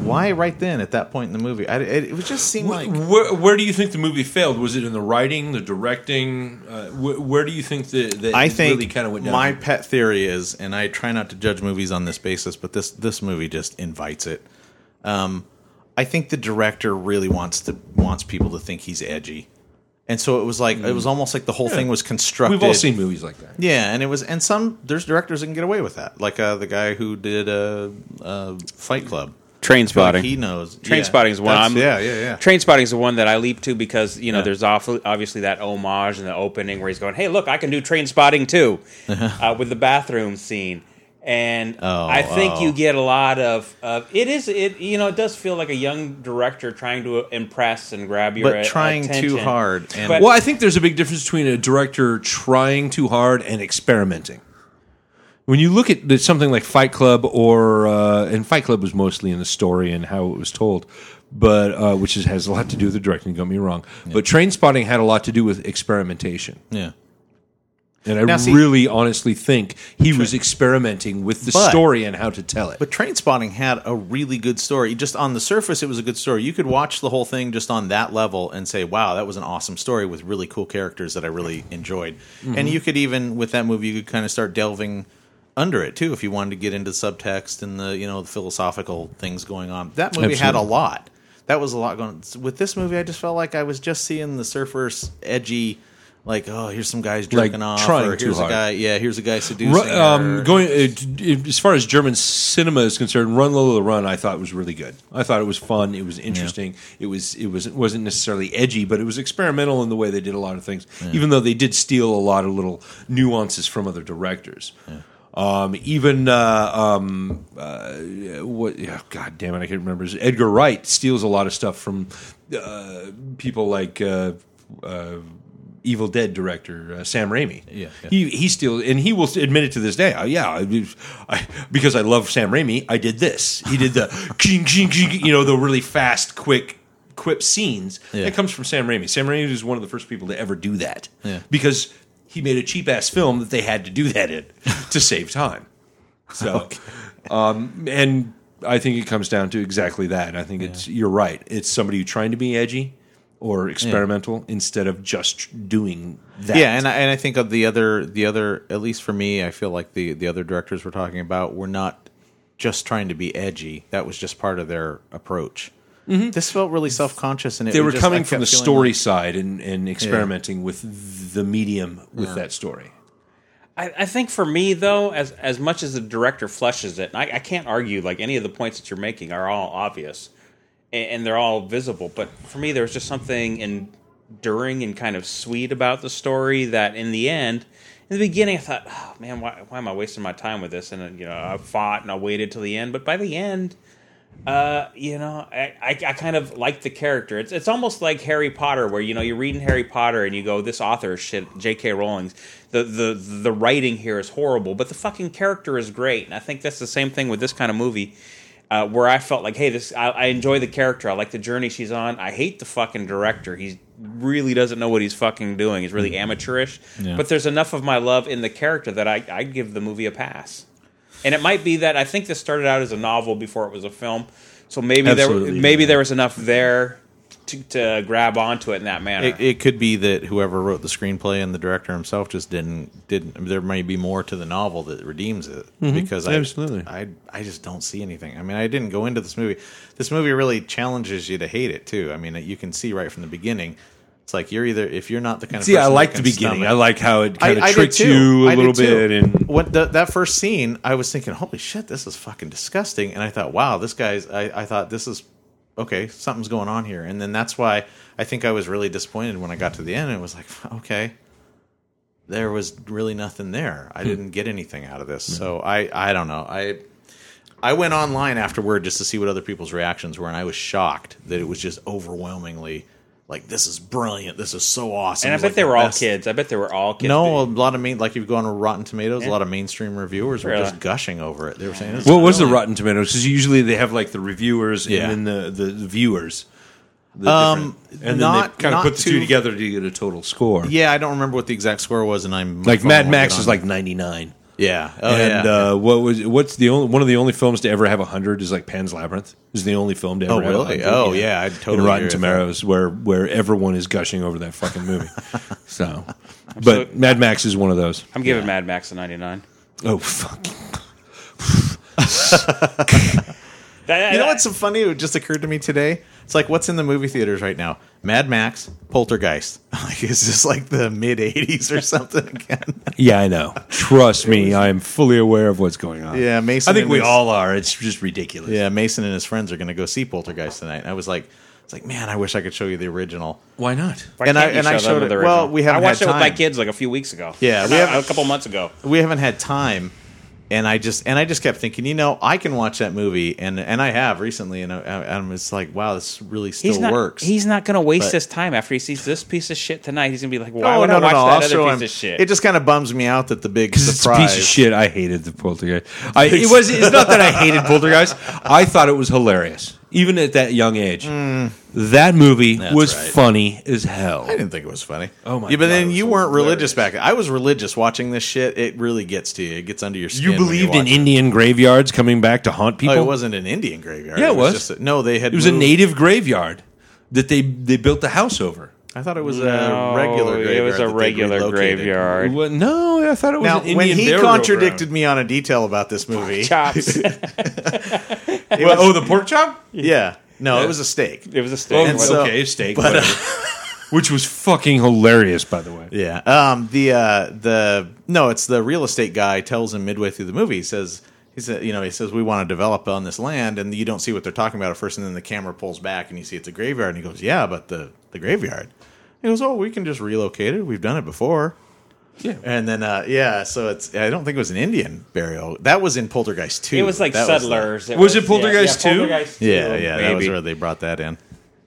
S3: why right then at that point in the movie? I, it, it was just seemed like
S1: Where, where do you think the movie failed? Was it in the writing, the directing? Uh, wh- where do you think the that
S3: I
S1: it
S3: think
S1: really kind of went down?
S3: my pet theory is, and I try not to judge movies on this basis, but this this movie just invites it. Um, I think the director really wants to wants people to think he's edgy, and so it was like it was almost like the whole thing was constructed.
S1: Mm. We've all seen movies like that.
S3: yeah, and it was, and some there's directors that can get away with that, like uh, the guy who did uh, uh, Fight Club.
S4: train
S3: Like
S4: spotting
S3: he knows.
S4: Train spotting is one.
S3: That's-
S4: I'm,
S3: Yeah, yeah, yeah.
S4: Train spotting is the one that I leap to because you know
S3: Yeah.
S4: there's awful, obviously that homage in the opening where he's going, "Hey, look, I can do train spotting too," uh, with the bathroom scene. And
S3: Oh,
S4: I think
S3: oh.
S4: you get a lot of, of it is it you know it does feel like a young director trying to impress and grab your
S3: But trying too
S4: attention.
S3: hard and-
S4: but
S1: Well, I think there's a big difference between a director trying too hard and experimenting. When you look at the- something like Fight Club, or uh, and Fight Club was mostly in the story and how it was told, but uh, which is, has a lot to do with the directing. Don't get me wrong, but Train Spotting had a lot to do with experimentation,
S3: yeah.
S1: and I
S3: Now, see-
S1: really honestly think he was experimenting with the
S3: But-
S1: story and how to tell it.
S3: But Train Spotting had a really good story. Just on the surface, it was a good story. You could watch the whole thing just on that level and say, "Wow, that was an awesome story with really cool characters that I really enjoyed."
S1: Mm-hmm.
S3: And you could even with that movie, you could kind of start delving under it too if you wanted to get into subtext and the you know the philosophical things going on. That movie had a
S1: Absolutely.
S3: lot. That was a lot going. With this movie, I just felt like I was just seeing the surfers edgy Like, oh, here's some guys jerking off,
S1: trying
S3: or
S1: too
S3: here's
S1: hard.
S3: a guy, yeah, here's a guy seducing.
S1: Ru- um,
S3: her.
S1: going uh, t- as far as German cinema is concerned, Run Lola Run, I thought was really good. I thought it was fun. It was interesting. It was it was it wasn't necessarily edgy, but it was experimental in the way they did a lot of things. Even though they did steal a lot of little nuances from other directors. Um, even uh, um, uh, what? Yeah, God damn it, I can't remember. His- Edgar Wright steals a lot of stuff from uh, people like. Uh, uh, Evil Dead director uh, Sam Raimi.
S3: Yeah, yeah.
S1: he he still and he will admit it to this day. Uh, yeah, I, I, because I love Sam Raimi, I did this. He did the king, king, king, you know the really fast, quick quip scenes. That comes from Sam Raimi. Sam Raimi is one of the first people to ever do that.
S3: Yeah.
S1: because he made a cheap ass film that they had to do that in to save time. So, um, and I think it comes down to exactly that. I think it's you're right. It's somebody trying to be edgy or experimental instead of just doing that.
S3: Yeah, and I, and I think of the other the other at least for me, I feel like the the other directors we're talking about were not just trying to be edgy. That was just part of their approach. This felt really self conscious, and it
S1: Mm-hmm. they were
S3: just- I
S1: coming
S3: kept
S1: from the
S3: feeling
S1: story
S3: like-
S1: side and, and experimenting with the medium with that story.
S4: I, I think for me though, as as much as the director flushes it, and I, I can't argue like any of the points that you're making are all obvious and, and they're all visible. But for me, there was just something enduring and kind of sweet about the story that, in the end, in the beginning, I thought, oh man, why, why am I wasting my time with this? And then, you know, I fought and I waited till the end. But by the end, uh, you know, I, I, I kind of like the character. It's it's almost like Harry Potter, where you know you're reading Harry Potter and you go, "This author is shit, J.K. Rowling's the the the writing here is horrible, but the fucking character is great." And I think that's the same thing with this kind of movie, uh, where I felt like, "Hey, this I, I enjoy the character. I like the journey she's on. I hate the fucking director. He really doesn't know what he's fucking doing. He's really amateurish. But there's enough of my love in the character that I I give the movie a pass." And it might be that I think this started out as a novel before it was a film, so maybe
S1: Absolutely.
S4: there maybe there was enough there to, to grab onto it in that manner.
S3: It, it could be that whoever wrote the screenplay and the director himself just didn't didn't. I mean, There may be more to the novel that redeems it because I
S1: Mm-hmm. Absolutely.
S3: I I just don't see anything. I mean, I didn't go into this movie. This movie really challenges you to hate it too. I mean, you can see right from the beginning. It's like you're either if you're not the kind of
S1: See, I
S3: person that
S1: like the
S3: can
S1: beginning.
S3: stomach-
S1: I like how it
S3: I-
S1: kind
S3: I
S1: of
S3: did
S1: tricks
S3: too.
S1: you
S3: I
S1: a
S3: did
S1: little
S3: too.
S1: bit and
S3: when the, that first scene, I was thinking, "Holy shit, this is fucking disgusting!" And I thought, "Wow, this guy's." I, I thought this is okay. Something's going on here, and then that's why I think I was really disappointed when I got to the end. and was like, okay, there was really nothing there.
S1: Hmm.
S3: I didn't get anything out of this. So I, I don't know. I. I went online afterward just to see what other people's reactions were, and I was shocked that it was just overwhelmingly like, "This is brilliant! This is so awesome!"
S4: and I
S3: It was
S4: bet
S3: like
S4: they
S3: the
S4: were all
S3: best-
S4: kids. I bet they were all kids.
S3: no, a lot of main like you've gone to Rotten Tomatoes, a lot of mainstream reviewers were
S4: Really?
S3: just gushing over it. They were saying, this is
S1: what was the
S3: brilliant.
S1: Rotten Tomatoes? Because usually they have like the reviewers
S3: Yeah.
S1: and then the, the, the viewers. The
S3: Um,
S1: different- and
S3: not-
S1: then they kind
S3: not
S1: of put the
S3: too-
S1: two together to get a total score.
S3: Yeah, I don't remember what the exact score was, and I'm
S1: like
S3: phone
S1: Mad
S3: won't
S1: Max
S3: get
S1: is
S3: on.
S1: like ninety nine.
S3: yeah, oh,
S1: and
S3: yeah.
S1: uh, what was what's the only one of the only films to ever have hundred is like Pan's Labyrinth is the only film to ever
S3: Oh,
S1: have
S3: really?
S1: 100,
S3: Oh, yeah, I'd totally
S1: in
S3: agree
S1: Rotten
S3: with
S1: Tomatoes where where everyone is gushing over that fucking movie. so, but Mad Max is one of those.
S4: I'm giving Mad Max a 99.
S1: Oh fuck!
S4: That-
S3: you know
S4: that-
S3: what's so funny? It just occurred to me today. It's like what's in the movie theaters right now? Mad Max, Poltergeist. Like is this like the mid '80s or something again?
S1: Yeah, I know. Trust me, I am fully aware of what's going on.
S3: yeah, Mason.
S1: I think
S3: and
S1: we
S3: his-
S1: all are. It's just ridiculous.
S3: Yeah, Mason and his friends are going to go see Poltergeist tonight. And I was like, it's like, man, I wish I could show you the original.
S1: Why not?
S4: why
S3: and
S4: can't
S3: I-
S4: you
S3: and
S4: show
S3: I
S4: them
S3: showed
S4: with the
S3: it- well,
S4: original?
S3: we haven't
S4: I watched
S3: had
S4: it with my
S3: time.
S4: kids like a few weeks ago.
S3: Yeah,
S4: Or
S3: we
S4: not,
S3: haven't-
S4: a couple months ago.
S3: we haven't had time and i just and i just kept thinking you know i can watch that movie and and i have recently and I, I- i'm just like wow this really still
S4: He's not.
S3: works
S4: He's not going to waste
S3: But-
S4: his time after he sees this piece of shit tonight. He's going to be like,
S3: Oh,
S4: "Why would I watch
S3: I'll
S4: that
S3: show
S4: other
S3: him.
S4: piece of shit?"
S3: It just kind of bums me out that the big
S1: Because it's a
S3: surprise.
S1: piece of shit. I hated the Poltergeist. I, it was. It's not that I hated Poltergeist. I thought it was hilarious, even at that young age. That movie was
S3: right.
S1: funny as hell.
S3: I didn't think it was funny.
S1: Oh my
S3: Yeah, but
S1: God, it
S3: then
S1: was
S3: you weren't religious
S1: hilarious.
S3: back. then. I was religious watching this shit. It really gets to you. It gets under your skin.
S1: You
S3: when
S1: believed in
S3: watch it.
S1: Indian graveyards coming back to haunt people.
S3: Oh, it wasn't an Indian graveyard.
S1: Yeah, it was.
S3: just a- no, they had.
S1: It was a
S3: moved-
S1: native graveyard that they they built the house over.
S3: I thought it was
S4: No,
S3: a regular. Graveyard
S4: It was
S3: that
S4: a
S3: they'd
S4: regular
S3: relocated.
S4: graveyard.
S1: Well, no, I thought it was
S3: Now,
S1: an Indian
S3: when he
S1: burial
S3: contradicted
S1: ground.
S3: me on a detail about this movie,
S4: Chops. it
S1: Well, oh, the pork chop.
S3: Yeah. No, it was a steak. uh,
S4: was a
S1: Oh,
S4: stick.
S3: And so-
S1: okay, steak. whatever. which was fucking hilarious, by the way.
S3: Yeah. Um. The uh. The no. It's the real estate guy tells him midway through the movie. He says. He said, you know, he says we want to develop on this land, and you don't see what they're talking about at first, and then the camera pulls back, and you see it's a graveyard, and he goes, yeah, but the the graveyard. He goes, oh, we can just relocate it. We've done it before.
S1: Yeah.
S3: And then, uh, yeah, so it's I don't think it was an Indian burial. That was in Poltergeist too.
S4: It was like
S3: That the-
S4: settlers.
S1: Was it Poltergeist
S4: yeah,
S1: too?
S4: Poltergeist
S3: yeah,
S4: too,
S3: yeah, that was
S4: maybe.
S3: where they brought that in.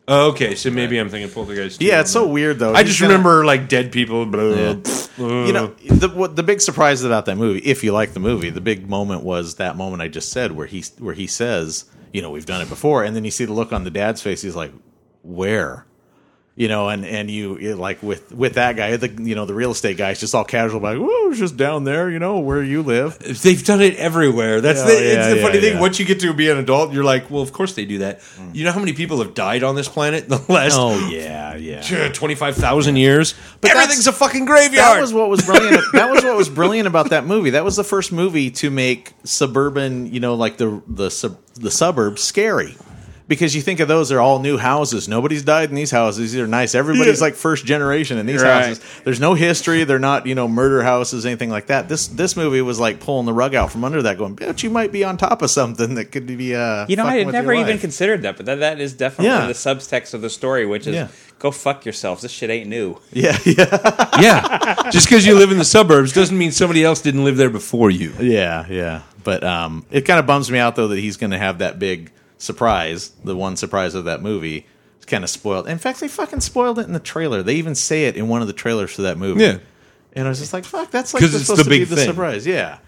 S1: Okay, so maybe I'm thinking Poltergeist. too.
S3: Yeah, it's so weird though.
S1: I
S3: He's
S1: just
S3: gonna-
S1: remember like dead people. Blah,
S3: Yeah.
S1: blah.
S3: you know the what, the big surprise about that movie if you like the movie the big moment was that moment i just said where he where he says you know we've done it before and then you see the look on the dad's face he's like where you know and and you it, like with with that guy the you know the real estate guy's just all casual like oh it's just down there you know where you live
S1: they've done it everywhere. That's
S3: Yeah,
S1: the, it's
S3: yeah,
S1: the
S3: yeah,
S1: funny thing.
S3: yeah.
S1: Once you get to be an adult, you're like, well, of course they do that. You know how many people have died on this planet in the last
S3: Oh, yeah yeah
S1: twenty five thousand years? But
S3: that's-
S1: Oh, everything's a fucking
S3: that
S1: graveyard.
S3: was what was brilliant. that was what was brilliant about that movie. That was the first movie to make suburban, you know, like the the sub, the suburbs scary. Because you think of those, they're all new houses. Nobody's died in these houses. These are nice. Everybody's like first generation in these
S4: Right.
S3: houses. There's no history. They're not, you know, murder houses, anything like that. This this movie was like pulling the rug out from under that, going, "Bitch, you might be on top of something that could be." Uh,
S4: You know, I
S3: fucking
S4: had
S3: with your
S4: never even
S3: life."
S4: considered that, but that, that is definitely
S3: Yeah.
S4: the subtext of the story, which is
S3: Yeah.
S4: go fuck yourselves. This shit ain't new.
S3: yeah, yeah,
S1: yeah, just because you live in the suburbs doesn't mean somebody else didn't live there before you.
S3: Yeah, yeah. But um, it kind of bums me out though that he's going to have that big surprise, the one surprise of that movie. It's kind of spoiled. In fact, they fucking spoiled it in the trailer. They even say it in one of the trailers for that movie.
S1: Yeah.
S3: And I was just like, fuck, that's like
S1: 'Cause
S3: that's
S1: it's
S3: supposed
S1: the
S3: to be
S1: big
S3: the
S1: thing.
S3: surprise. Yeah.
S4: Well,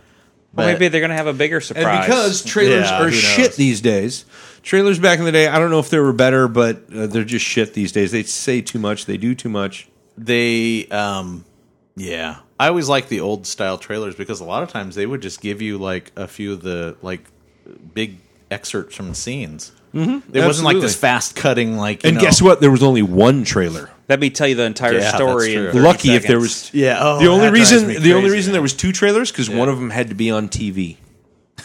S3: But-
S4: maybe they're going to have a bigger surprise.
S1: And because trailers
S3: Yeah,
S1: are
S3: who knows?
S1: shit these days, trailers back in the day, I don't know if they were better, but uh, they're just shit these days. They say too much, they do too much.
S3: they um yeah i always like the old style trailers because a lot of times they would just give you like a few of the like big excerpts from scenes mm-hmm, it wasn't like
S1: absolutely.
S3: this fast cutting like you
S1: And
S3: know-
S1: guess what? There was only one trailer.
S4: Let me tell you the entire
S3: Yeah,
S4: story.
S3: that's true.
S4: In 30
S1: Lucky if there
S4: seconds.
S1: was.
S3: yeah oh,
S1: the only
S3: that drives
S1: reason
S3: me
S1: the only
S3: crazy.
S1: reason there was two trailers because one of them had to be on TV.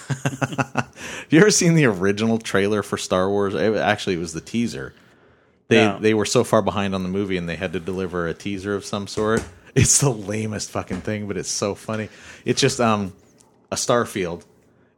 S3: Have you ever seen the original trailer for Star Wars? It- actually, it was the teaser. They
S4: No.
S3: they were so far behind on the movie, and they had to deliver a teaser of some sort. It's the lamest fucking thing, but it's so funny. It's just um a Starfield,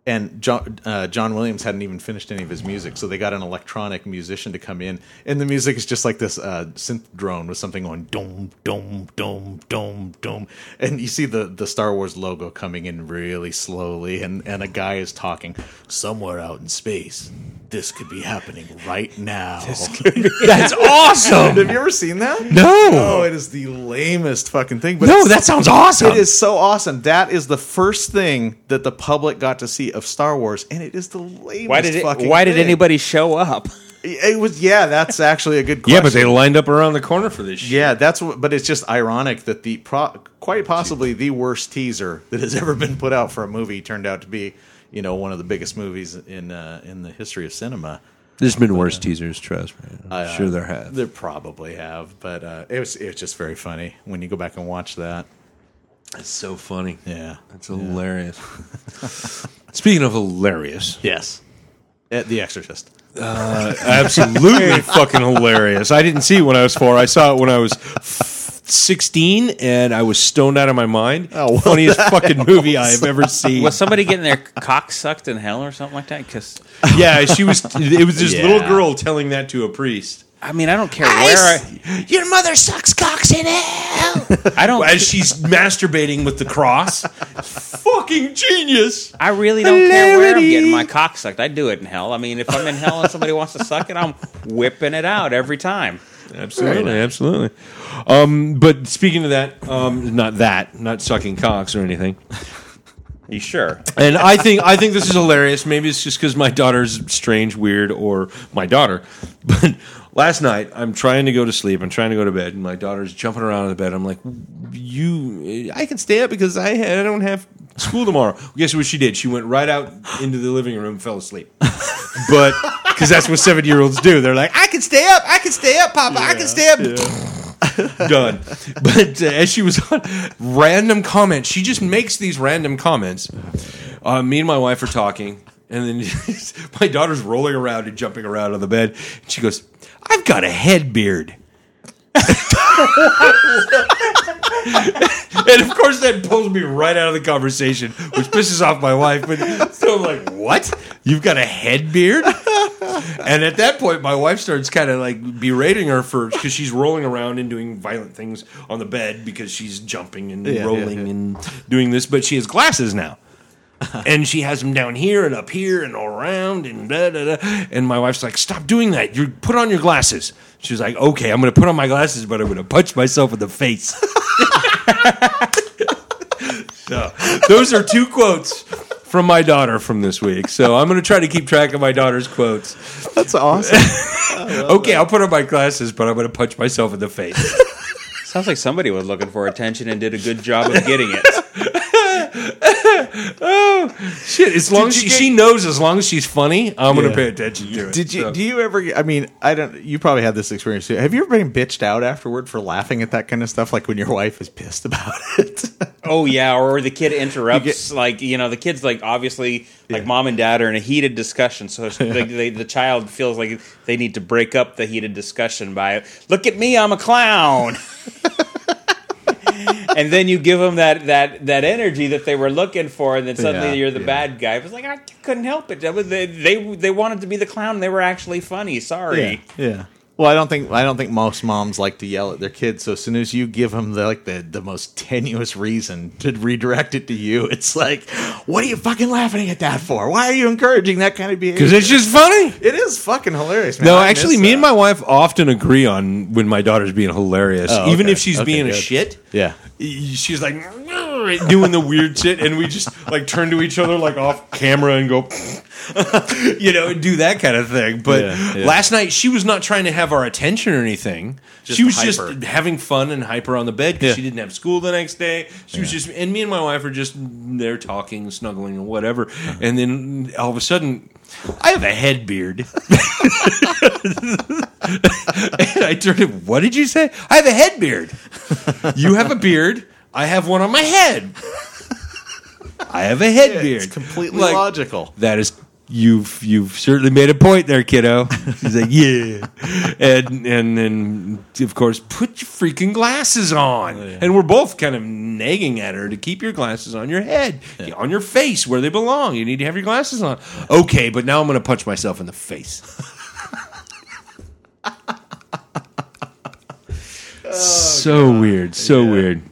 S3: and John uh, John Williams hadn't even finished any of his music, so they got an electronic musician to come in, and the music is just like this uh, synth drone with something going dum dum dum dum dum, and you see the the Star Wars logo coming in really slowly, and and a guy is talking somewhere out in space. This could be happening right now.
S1: That's awesome.
S3: Have you ever seen that?
S1: No,
S3: Oh, it is the lamest fucking thing. But
S1: no,
S3: it's-
S1: that sounds awesome.
S3: it is so awesome. That is the first thing that the public got to see of Star Wars, and it is the lamest.
S4: Why did it,
S3: fucking
S4: Why did
S3: thing.
S4: anybody show up?
S3: It was yeah. That's actually a good question.
S1: Yeah, but they lined up around the corner for this. shit.
S3: Yeah, that's what. But it's just ironic that the pro, quite possibly the worst teaser that has ever been put out for a movie turned out to be, you know, one of the biggest movies in uh, in the history of cinema.
S1: There's been worse teasers. Trust me, I'm sure there have.
S3: There probably have, but uh, it was it's just very funny when you go back and watch that.
S1: That's so funny.
S3: Yeah.
S1: That's hilarious. Speaking of hilarious,
S3: Yes. Uh, the Exorcist.
S1: absolutely fucking hilarious. I didn't see it when I was four. I saw it when I was f- sixteen, and I was stoned out of my mind.
S3: Oh, well,
S1: Funniest fucking movie I have ever seen.
S4: Was somebody getting their cock sucked in hell or something like that? Because
S1: Yeah, she was. It was this
S3: Yeah.
S1: little girl telling that to a priest.
S4: I mean, I don't care where
S1: Your mother sucks cocks in hell.
S4: I, I don't.
S1: As she's masturbating with the cross. Fucking genius.
S4: I really don't care where I'm
S1: Hilarity.
S4: getting my cock sucked. I do it in hell. I mean, if I'm in hell and somebody wants to suck it, I'm whipping it out every time.
S1: Absolutely, absolutely. Um, but speaking of that, um, not that, not sucking cocks or anything.
S4: You sure?
S1: And I think I think this is hilarious. Maybe it's just because my daughter's strange, weird, or my daughter. But last night, I'm trying to go to sleep. I'm trying to go to bed, and my daughter's jumping around on the bed. I'm like, "You, I can stay up because I I don't have school tomorrow." Guess what she did? She went right out into the living room, and fell asleep. But because that's what seven year olds do. They're like, "I can stay up. I can stay up, Papa. I can stay up." done. But uh, as she was on random comments, she just makes these random comments. Uh, me and my wife are talking, and then my daughter's rolling around and jumping around on the bed. And she goes, "I've got a head beard." and of course, that pulls me right out of the conversation, which pisses off my wife. But so I'm like, "What? You've got a head beard?" And at that point, my wife starts kind of like berating her for because she's rolling around and doing violent things on the bed because she's jumping and
S3: yeah,
S1: rolling
S3: yeah.
S1: and doing this. But she has glasses now. and she has them down here and up here and all around and da da da. And my wife's like, "Stop doing that! You put on your glasses." She's like, "Okay, I'm going to put on my glasses, but I'm going to punch myself in the face." so, those are two quotes from my daughter from this week. So I'm going to try to keep track of my daughter's quotes.
S3: That's awesome.
S1: Okay, I'll put on my glasses, but I'm going to punch myself in the face.
S4: Sounds like somebody was looking for attention and did a good job of getting it.
S1: Shit, as long as she,
S3: you get-
S1: she knows, as long as she's funny, I'm going
S3: Yeah.
S1: to pay attention to it.
S3: Did you
S1: So-
S3: do you ever? I mean, I don't. You probably had this experience too. Have you ever been bitched out afterward for laughing at that kind of stuff? Like when your wife is pissed about it.
S4: Oh yeah, or the kid interrupts.
S3: You get-
S4: like you know, the kid's like obviously like mom and dad are in a heated discussion, so it's- like they, the child feels like they need to break up the heated discussion by look at me, I'm a clown. and then you give them that that that energy that they were looking for, and then suddenly
S3: Yeah,
S4: you're the
S3: yeah.
S4: bad guy. It was like I couldn't help it. That was- they, they they wanted to be the clown. and They were actually funny. Sorry.
S3: yeah. Well, I don't think I don't think most moms like to yell at their kids. So as soon as you give them the, like the, the most tenuous reason to redirect it to you, it's like, what are you fucking laughing at that for? Why are you encouraging that kind of
S1: Because
S3: behavior?
S1: it's just funny.
S3: It is fucking hilarious. Man.
S1: No,
S3: I
S1: actually,
S3: miss
S1: me and
S3: that.
S1: my wife often agree on when my daughter's being hilarious,
S3: Oh,
S1: even
S3: okay.
S1: if she's
S3: Okay,
S1: being a
S3: good.
S1: shit.
S3: yeah.
S1: y- She's like doing the weird shit, and we just like turn to each other like off camera and go, you know, do that kind of thing. But
S3: Yeah, yeah.
S1: last night she was not trying to have our attention or anything. she was
S3: hyper.
S1: just having fun and hyper on the bed because
S3: Yeah.
S1: she didn't have school the next day. She was just, and me and my wife are just there talking, snuggling, and whatever. And then all of a sudden, I have a head beard. And I turned to him, What did you say? I have a head beard. You have a beard. I have one on my head. I have a head beard.
S3: It's completely
S1: Like,
S3: logical.
S1: That is you've you've certainly made a point there, kiddo. He's like, Yeah. and and then of course, put your freaking glasses on. And we're both kind of nagging at her to keep your glasses on your head, on your face where they belong. You need to have your glasses on. Okay, but now I'm gonna punch myself in the face. so weird, so weird.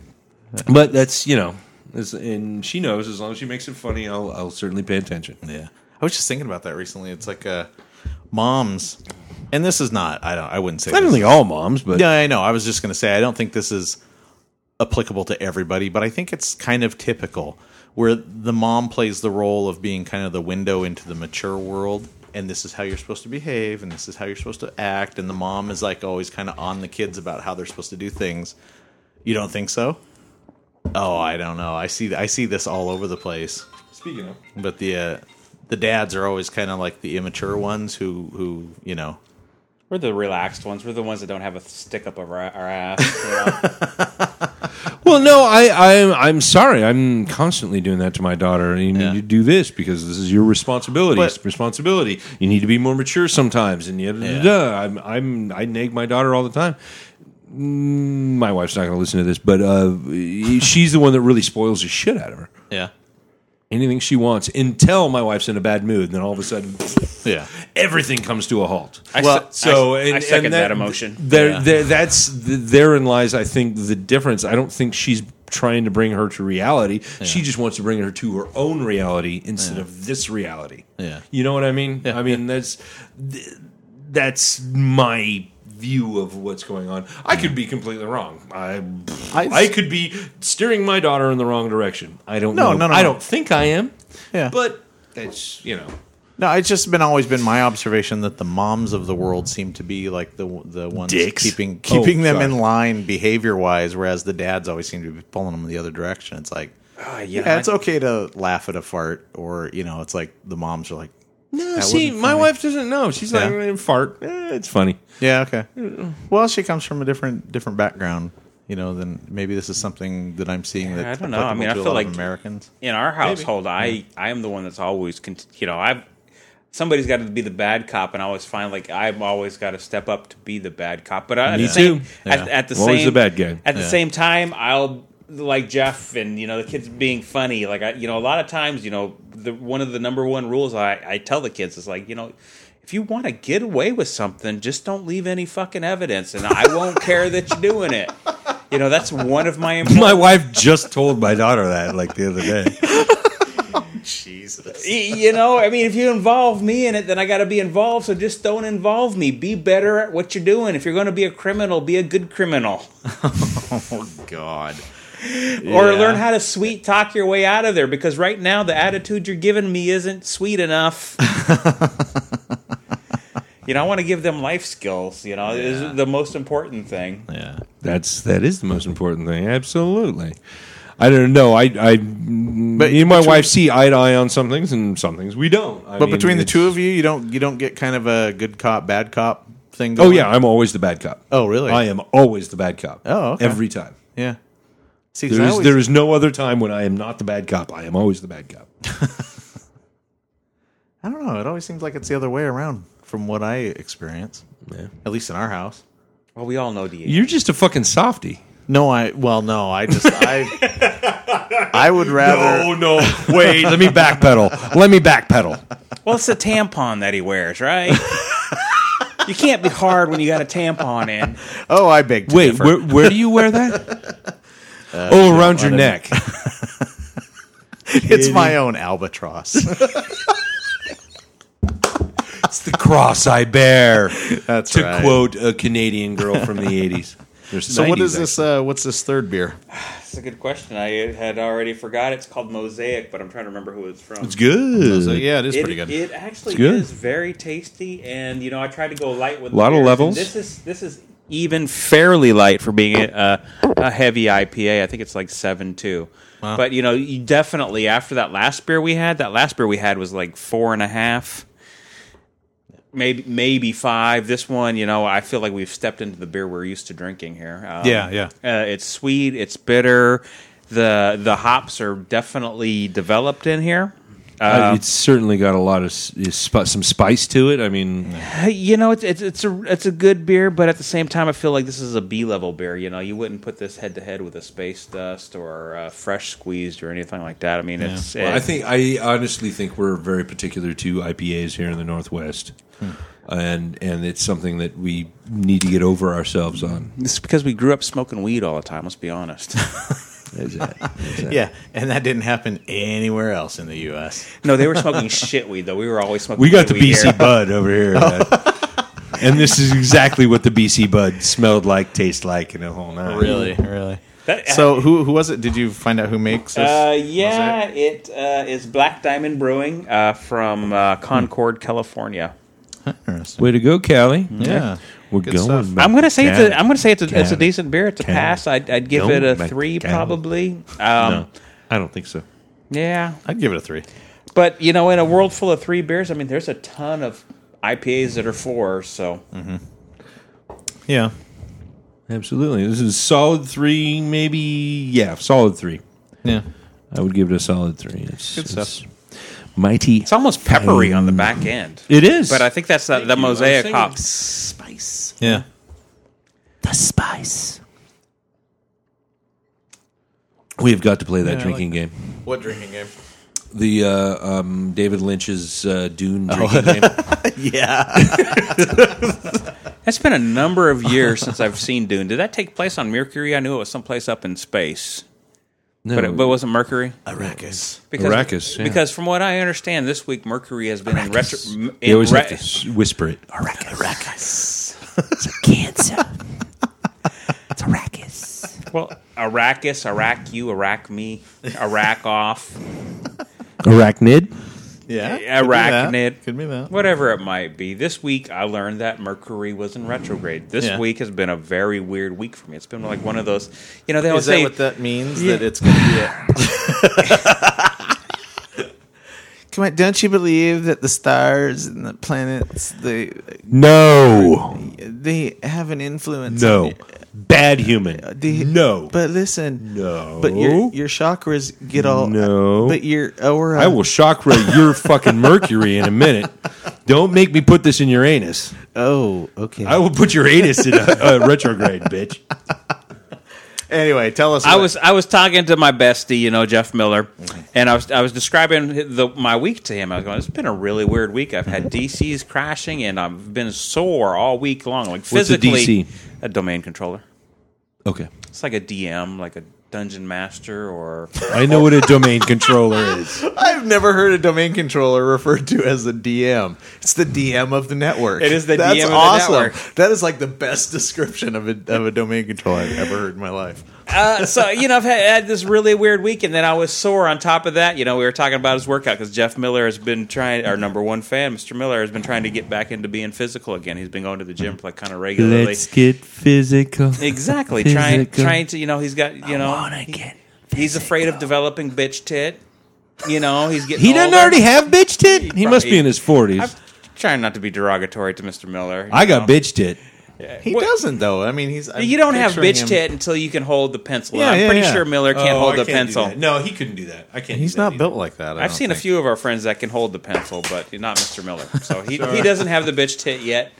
S1: But that's you know, it's, and she knows as long as she makes it funny, I'll I'll certainly pay attention.
S3: Yeah. I was just thinking about that recently. It's like uh, moms, and this is not. I don't. I wouldn't say.
S1: I
S3: this-
S1: don't think all moms, but
S3: Yeah, I know. I was just going to say, I don't think this is applicable to everybody, but I think it's kind of typical where the mom plays the role of being kind of the window into the mature world. And this is how you're supposed to behave, and this is how you're supposed to act. And the mom is like always kind of on the kids about how they're supposed to do things. You don't think so? Oh, I don't know. I see. I see this all over the place
S1: speaking of,
S3: but the uh, the dads are always kind of like the immature ones who who you know
S4: We're the relaxed ones. We're the ones that don't have a stick up our, our ass. you know?
S1: well, no, I I'm I'm sorry, I'm constantly doing that to my daughter. You need
S3: Yeah.
S1: to do this because this is your responsibility.
S3: But-
S1: it's responsibility. You need to be more mature sometimes, and yada,
S3: Yeah.
S1: yada, yada. I'm I'm I nag my daughter all the time. Mm, My wife's not going to listen to this, but uh, she's the one that really spoils the shit out of her.
S3: yeah
S1: Anything she wants until my wife's in a bad mood, and then all of a sudden,
S3: yeah
S1: everything comes to a halt.
S4: I
S3: Well,
S4: se- I-
S1: so
S4: I,
S1: and, and
S4: second that, emotion.
S1: There,
S3: Yeah.
S1: there, that's th- therein lies, I think, the difference. I don't think she's trying to bring her to reality. She just wants to bring her to her own reality instead of this reality.
S3: Yeah.
S1: you know what I mean. I mean that's th- that's my view of what's going on. I could be completely wrong. I
S3: I-
S1: I, could be steering my daughter in the wrong direction. I don't
S3: No,
S1: know.
S3: no, no,
S1: I
S3: no.
S1: don't think I am.
S3: Yeah.
S1: but that's you know.
S3: no it's just been always been my observation that the moms of the world seem to be like the the ones
S1: Dicks.
S3: keeping keeping
S1: Oh,
S3: them
S1: sorry.
S3: in line behavior wise whereas the dads always seem to be pulling them the other direction it's like
S4: Ah,
S3: yeah,
S4: yeah,
S3: it's okay to laugh at a fart or you know it's like the moms are like
S1: No, see,
S3: wasn't
S1: my
S3: funny.
S1: wife doesn't know. She's like,
S3: Yeah.
S1: "Eh, fart. Eh, it's funny.
S3: yeah okay well she comes from a different different background you know then maybe this is something that i'm seeing that
S4: I don't know. I mean, I feel like-
S3: americans
S4: in our household, I I am the one that's always con- you know I've somebody's got to be the bad cop, and I always find like I've always got to step up to be the bad cop. But I,
S1: Me
S4: at the same,
S1: too.
S4: At, at the
S1: I'm always
S4: same
S1: the bad guy.
S4: At the same time, I'll like Jeff and you know the kids being funny. Like I, you know, a lot of times, you know, the one of the number one rules I, I tell the kids is like you know. If you want to get away with something, just don't leave any fucking evidence, and I won't care that you're doing it. You know, that's one of my important
S5: My wife just told my daughter that like the other day.
S3: Jesus.
S4: Y- you know, I mean, if you involve me in it, then I got to be involved. So just don't involve me. Be better at what you're doing. If you're going to be a criminal, be a good criminal,
S3: Oh God.
S4: or
S3: Yeah.
S4: learn how to sweet talk your way out of there. Because right now, the attitude you're giving me isn't sweet enough. you know, I want to give them life skills. You know, is the most important thing.
S3: Yeah.
S1: That's that is the most important thing. Absolutely. I don't know. I, I but you and my
S3: between-
S1: wife see eye to eye on some things, and some things we don't. I
S3: But
S1: mean,
S3: between the
S1: it's-
S3: two of you, you don't you don't get kind of a good cop bad cop thing.
S1: oh
S3: Going?
S1: yeah, I'm always the bad cop.
S3: Oh, really?
S1: I am always the bad cop.
S3: Oh, okay.
S1: every time.
S3: yeah. See, 'cause
S1: There
S3: I
S1: is
S3: always-
S1: there is no other time when I am not the bad cop. I am always the bad cop.
S3: I don't know. It always seems like it's the other way around from what I experience. At least in our house.
S4: Well, we all know DH.
S1: You're just a fucking softy.
S3: No, I well, no, I just I I would rather
S1: no! Wait, let me backpedal. Let me backpedal.
S4: Well, it's the tampon that he wears, right? you can't be hard when you got a tampon in.
S3: Oh, I beg to
S1: Wait,
S3: differ.
S1: where, where do you wear that?
S3: Uh,
S1: oh, around your neck.
S3: it's my own albatross.
S1: It's the cross I bear.
S3: That's
S1: to
S3: right.
S1: quote a Canadian girl from the eighties.
S3: So what is this uh what's this third beer?
S4: That's a good question. I had already forgot. It's called Mosaic, but I'm trying to remember who it's from.
S1: It's good.
S3: So, yeah, it is
S4: It,
S3: pretty good.
S4: it actually
S1: It's good.
S4: is very tasty, and you know I tried to go light with a
S1: Lot of levels.
S4: This is this is even fairly light for being a, a heavy IPA. I think it's like seven two. But you know, you definitely after that last beer we had, that last beer we had was like four and a half, maybe maybe five. This one, you know, I feel like we've stepped into the beer we're used to drinking here. Um,
S3: Yeah, yeah.
S4: uh, it's sweet. It's bitter. The the hops are definitely developed in here.
S1: Uh, it's certainly got a lot of s- is sp- some spice to it. I mean,
S4: Hey, You know, it's, it's it's a it's a good beer, but at the same time, I feel like this is a B level beer. You know, you wouldn't put this head to head with a Space Dust or uh, Fresh Squeezed or anything like that. I mean, it's,
S1: I
S4: it's-
S1: think I honestly think we're very particular to IPAs here in the Northwest,
S3: Hmm.
S1: and and it's something that we need to get over ourselves on.
S4: it's because we grew up smoking weed all the time. Let's be honest.
S3: Yeah, and that didn't happen anywhere else in the US.
S4: no, they were smoking shit weed though. We were always smoking.
S1: We got the
S4: good weed
S1: BC
S4: here.
S1: Bud over here,
S3: Oh.
S5: And this is exactly what the BC Bud smelled like, tastes like, and the whole night.
S3: Really, really.
S4: That-
S3: So who who was it? Did you find out who makes this?
S4: Uh, yeah, it uh, is Black Diamond Brewing uh, from uh, Concord, California.
S3: Interesting.
S1: Way to go, Callie!
S3: Yeah.
S1: We're
S3: Good
S1: going.
S3: stuff.
S1: back
S4: I'm gonna say it's
S1: down.
S4: a, I'm gonna say it's a, it's a
S1: Hmm. Can-
S4: decent beer. It's a
S1: can-
S4: pass. I'd, I'd give
S1: go
S4: it a
S1: back
S4: three
S1: down.
S4: probably. Um,
S1: I don't think so.
S4: Yeah,
S3: I'd give it a 3.
S4: but you know, in a world full of three beers, I mean, there's a ton of IPAs that are fours. So
S3: Yeah.
S1: Absolutely, this is solid three, maybe yeah, solid three.
S3: Yeah.
S1: I would give it a solid three. It's,
S3: Good
S1: it's
S3: stuff.
S1: mighty.
S4: it's almost peppery on the back end.
S1: It is.
S4: But I think that's that, that mosaic hop.
S1: Spice.
S3: Yeah.
S1: The spice. We've got to play that drinking game.
S3: What drinking game?
S1: The uh, um, David Lynch's uh, Dune drinking game.
S3: Yeah.
S4: That's been a number of years since I've seen Dune. Did that take place on Mercury? I knew it was someplace up in space,
S1: No,
S4: but it, but it wasn't Mercury.
S3: Arrakis.
S4: Because,
S1: Arrakis, yeah.
S4: because from what I understand, this week Mercury has been in retro. m-
S1: they
S4: In
S1: always
S4: re-
S1: have to s- whisper it.
S4: Well, Arrakis, Iraq you, Iraq me, Iraq off,
S1: Arachnid.
S3: Yeah.
S4: Arachnid.
S3: Could be that.
S4: whatever it might be. This week I learned that Mercury was in retrograde. This
S3: Yeah.
S4: week has been a very weird week for me. It's been like one of those, you know, they always
S3: Is that
S4: say,
S3: what that means?
S4: Yeah.
S3: That it's going to be a. Come on, don't you believe that the stars and the planets, they
S1: No.
S3: they have an influence. on
S1: No.
S3: you.
S1: Bad human.
S3: The-
S1: no.
S3: But listen,
S1: No.
S3: But your your chakras get all
S1: No.
S3: But your aura.
S1: I will chakra your fucking mercury in a minute. Don't make me put this in your anus.
S3: Oh, okay.
S1: I will put your anus in a, a retrograde, bitch.
S3: anyway, tell us.
S4: I
S3: what-
S4: was I was talking to my bestie, you know, Jeff Miller,
S3: Mm-hmm.
S4: and I was I was describing the, my week to him. I was going, "It's been a really weird week. I've had DCs crashing, and I've been sore all week long. Like
S1: What's a
S4: physically,
S1: DC?
S4: a domain controller.
S1: Okay.
S4: It's like a DM, like a dungeon master, or
S1: I know what a domain controller is.
S3: I've never heard a domain controller referred to as a DM. It's the DM of the network.
S4: It is the
S3: That's
S4: DM of the
S3: awesome.
S4: network.
S3: That is like the best description of a, of a domain controller I've ever heard in my life.
S4: Uh, so you know, I've had, had this really weird week, and then I was sore on top of that. You know, we were talking about his workout because Jeff Miller has been trying. Our number one fan, Mr. Miller, has been trying to get back into being physical again. He's been going to the gym like kind of regularly.
S1: get physical.
S4: Exactly. Trying
S1: Physical.
S4: trying to you know he's got you know he- he's afraid of developing bitch tit. You know he's getting
S1: He doesn't
S4: older.
S1: already have bitch tit? He must be in his 40s.
S4: I'm trying not to be derogatory to Mr. Miller.
S1: I got bitch tit.
S3: He doesn't though. I mean, he's I'm
S4: You don't have
S3: picturing
S4: bitch
S3: him-
S4: tit until you can hold the pencil.
S3: Yeah,
S4: I'm
S3: yeah,
S4: pretty
S3: yeah.
S4: sure Miller can't
S6: Oh,
S4: hold
S6: I
S4: the
S6: can't do
S4: pencil.
S6: that. No, he couldn't do that. I can't.
S3: He's
S6: do that
S3: not
S6: either.
S3: built like that. I
S4: I've
S3: don't
S4: seen a
S3: think.
S4: few of our friends that can hold the pencil, but not Mr. Miller. So he, he doesn't have the bitch tit yet.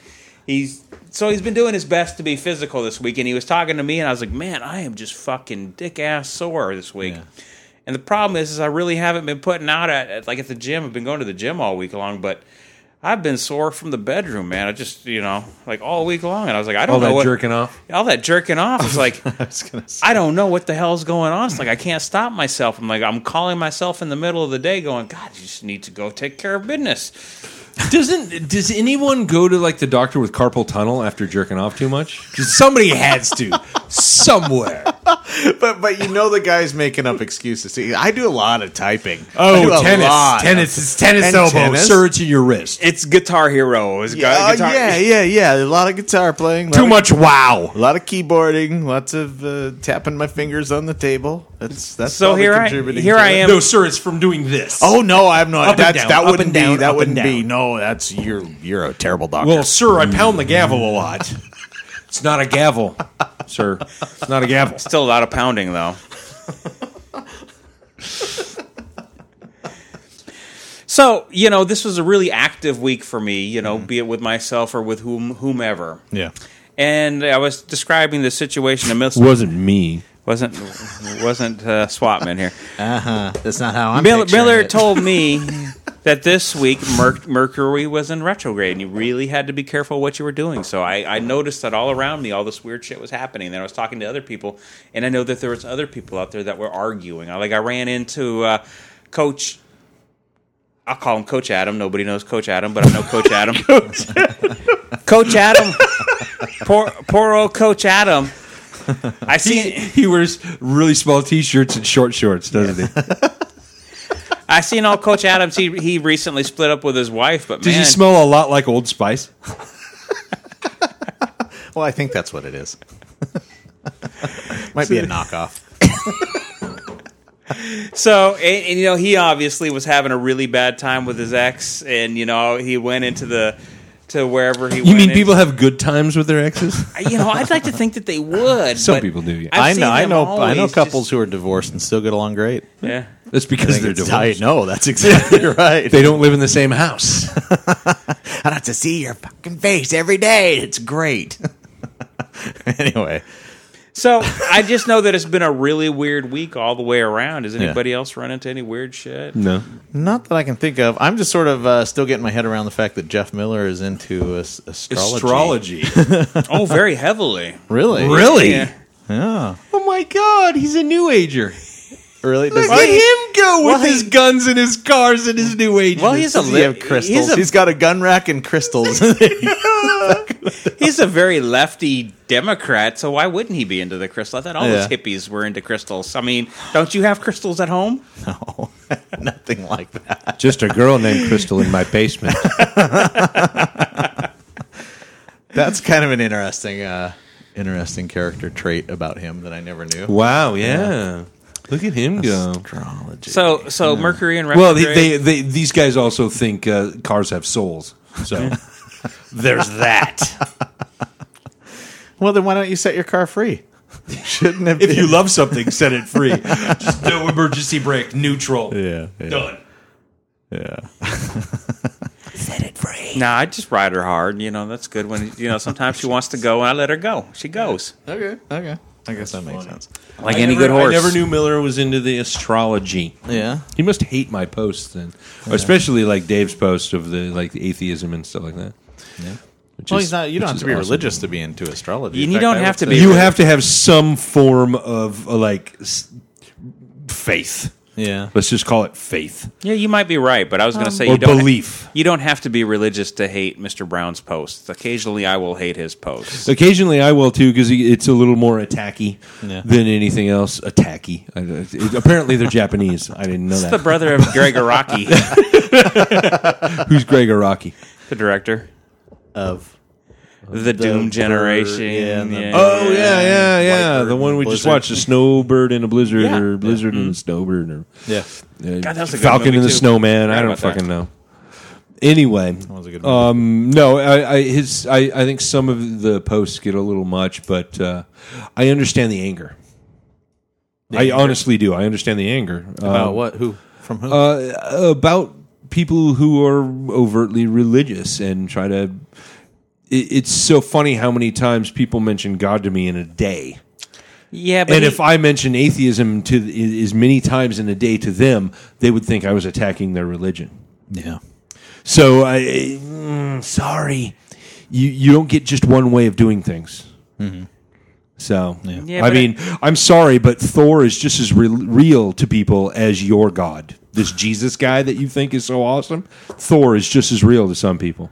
S4: He's so he's been doing his best to be physical this week, and he was talking to me, and I was like, "Man, I am just fucking dick ass sore this week." And the problem is, is I really haven't been putting out at, at like at the gym. I've been going to the gym all week long, but I've been sore from the bedroom, man. I just you know like all week long, and I was like, I don't
S1: All
S4: know
S1: that
S4: what
S1: jerking off.
S4: all that jerking off is like
S3: I was gonna say.
S4: I don't know what the hell's going on. It's like I can't stop myself. I'm like I'm calling myself in the middle of the day, going, God, you just need to go take care of business.
S1: Doesn't does anyone go to like the doctor with carpal tunnel after jerking off too much? 'Cause Somebody has to somewhere.
S3: But but you know the guy's making up excuses. See, I do a lot of typing. I do
S1: Oh,
S3: a
S1: tennis,
S3: lot.
S1: tennis, it's tennis
S3: And
S1: elbow,
S3: tennis?
S1: sir. It's in your wrist.
S4: It's Guitar Hero. It's
S3: Yeah, oh, yeah, yeah, yeah. A lot of guitar playing. lot
S1: Too
S3: of-
S1: much wow.
S3: A lot of keyboarding. Lots of uh, tapping my fingers on the table. That's that's
S4: So
S3: probably
S4: here I-
S3: contributing
S4: here
S3: to
S4: I
S3: it.
S4: am
S1: No, sir. It's from doing this.
S3: Oh no, I'm not.
S1: Up and
S3: that's
S1: down,
S3: that
S1: up
S3: wouldn't
S1: and down,
S3: be.
S1: up
S3: That
S1: and
S3: wouldn't be.
S1: down.
S3: No, that's you're you're a terrible doctor.
S1: Well, sir, I pound the gavel a lot. It's not a gavel, sir. It's not a gavel.
S4: Still a lot of pounding though. so you know, this was a really active week for me. You know, be it with myself or with whom whomever.
S3: yeah.
S4: And I was describing the situation to Miss
S1: Wasn't me.
S4: wasn't wasn't uh, Swatman here.
S3: That's not how I'm.
S4: Miller,
S3: picturing
S4: Miller
S3: it.
S4: told me that this week Mer- Mercury was in retrograde, and you really had to be careful what you were doing. So I, I noticed that all around me, all this weird shit was happening. Then I was talking to other people, and I know that there was other people out there that were arguing. I like I ran into uh, Coach. I'll call him Coach Adam. Nobody knows Coach Adam, but I know Coach Adam. Coach Adam. poor, poor old Coach Adam. I
S1: He,
S4: seen
S1: he wears really small T-shirts and short shorts, doesn't he?
S4: I seen old Coach Adams. He he recently split up with his wife, but
S1: Does
S4: man,
S1: he smell a lot like Old Spice?
S3: Well, I think that's what it is. Might be a knockoff.
S4: So, and, and, you know, he obviously was having a really bad time with his ex, and you know, he went into the to wherever he.
S1: You
S4: went
S1: mean
S4: in-
S1: people have good times with their exes?
S4: You know, I'd like to think that they would.
S1: Some
S4: but
S1: people do, yeah.
S4: I've
S3: I
S4: seen
S3: know. I
S4: them
S3: know. I
S4: always
S3: know
S4: just-
S3: couples who are divorced and still get along great.
S4: yeah.
S1: That's because they're divorced.
S3: I know. That's exactly right.
S1: They don't live in the same house.
S3: I have to see your fucking face every day. It's great. anyway,
S4: So I just know that it's been a really weird week all the way around. Has
S3: Yeah.
S4: anybody else run into any weird shit?
S1: No.
S3: not that I can think of. I'm just sort of uh, still getting my head around the fact that Jeff Miller is into as- astrology.
S4: Oh, very heavily.
S3: Really?
S1: really?
S4: Yeah.
S3: Yeah.
S1: Oh my God, he's a new ager.
S3: Really? Does
S1: Let
S3: he-
S1: him go with
S4: well, he-
S1: his guns and his cars and his new ager.
S4: Well, he's a
S3: Does he have
S4: li-
S3: crystals?
S4: He's a
S3: he's got a gun rack and crystals.
S4: He's a very lefty Democrat, so why wouldn't he be into the crystal? I thought all those
S3: Yeah.
S4: hippies were into crystals. I mean, don't you have crystals at home?
S3: no, nothing like that.
S1: just a girl named Crystal in my basement.
S3: That's kind of an interesting, uh, interesting character trait about him that I never knew.
S1: wow, yeah. Look at him go.
S3: Astrology.
S4: So, so Mercury and
S1: Well,
S4: retrograde.
S1: they, they, they, these guys also think uh, cars have souls. So there's that.
S3: Well, then why don't you set your car free? Shouldn't have.
S7: If
S3: been-
S7: you love something, set it free. Just no emergency brake, neutral.
S3: yeah, yeah,
S7: Done.
S3: yeah.
S4: Nah, I just ride her hard. You know, that's good when you know. Sometimes she wants to go, and I let her go. She goes.
S3: Okay, okay. I guess that makes sense.
S4: Like
S7: I
S4: any
S7: never-
S4: good horse.
S7: I never knew Miller was into the astrology.
S3: Yeah.
S1: He must hate my posts then, especially like Dave's post of the like the atheism and stuff like that. Which
S3: Well,
S1: is-
S3: he's not. You
S1: which
S3: don't have
S1: is
S3: to be
S1: awesome.
S3: religious to be into astrology.
S4: You-
S3: In
S4: you
S3: fact,
S4: don't
S3: I would
S4: have to
S3: say-
S4: be.
S1: You have to have some form of uh, like s- faith.
S3: Yeah.
S1: Let's just call it faith
S4: Yeah, you might be right, but I was going to say
S1: or
S4: you don't.
S1: belief.
S4: you don't have to be religious to hate Mr. Brown's posts. Occasionally, I will hate his posts.
S1: Occasionally, I will too because it's a little more attacky
S3: Yeah.
S1: than anything else. Attacky. I, it, apparently, they're Japanese. I didn't know
S4: It's the
S1: that.
S4: brother of Greg Araki,
S1: Who's Greg Araki?
S4: the director,
S3: Of
S4: the, Doom
S3: bird,
S4: Generation.
S3: yeah, and the-
S1: Oh yeah, yeah, yeah.
S3: White
S1: The
S3: bird
S1: one
S3: and
S1: we just
S3: blizzard.
S1: watched, the Snowbird and a Blizzard,
S4: Yeah.
S1: or Blizzard and a Snowbird, or
S3: yeah.
S1: uh,
S4: that was a good
S1: Falcon
S4: movie,
S1: and the
S4: too.
S1: Snowman. I
S4: Forgot
S1: don't
S4: about that.
S1: fucking know. Anyway,
S3: was a good movie.
S1: um, no, I, I his I, I think some of the posts get a little much, but uh, I understand the anger. I honestly do. I understand the anger
S3: About
S1: Um,
S3: what? Who? From who?
S1: uh, about people who are overtly religious and try to. It, it's so funny how many times people mention God to me in a day.
S4: yeah. But
S1: And
S4: he-
S1: if I mention atheism to th- as many times in a day to them, they would think I was attacking their religion.
S3: yeah.
S1: So I, mm, sorry, you you don't get just one way of doing things. So
S4: Yeah,
S1: I
S4: but
S1: mean, I'm sorry, but Thor is just as re- real to people as your God. This Jesus guy that you think is so awesome, Thor is just as real to some people.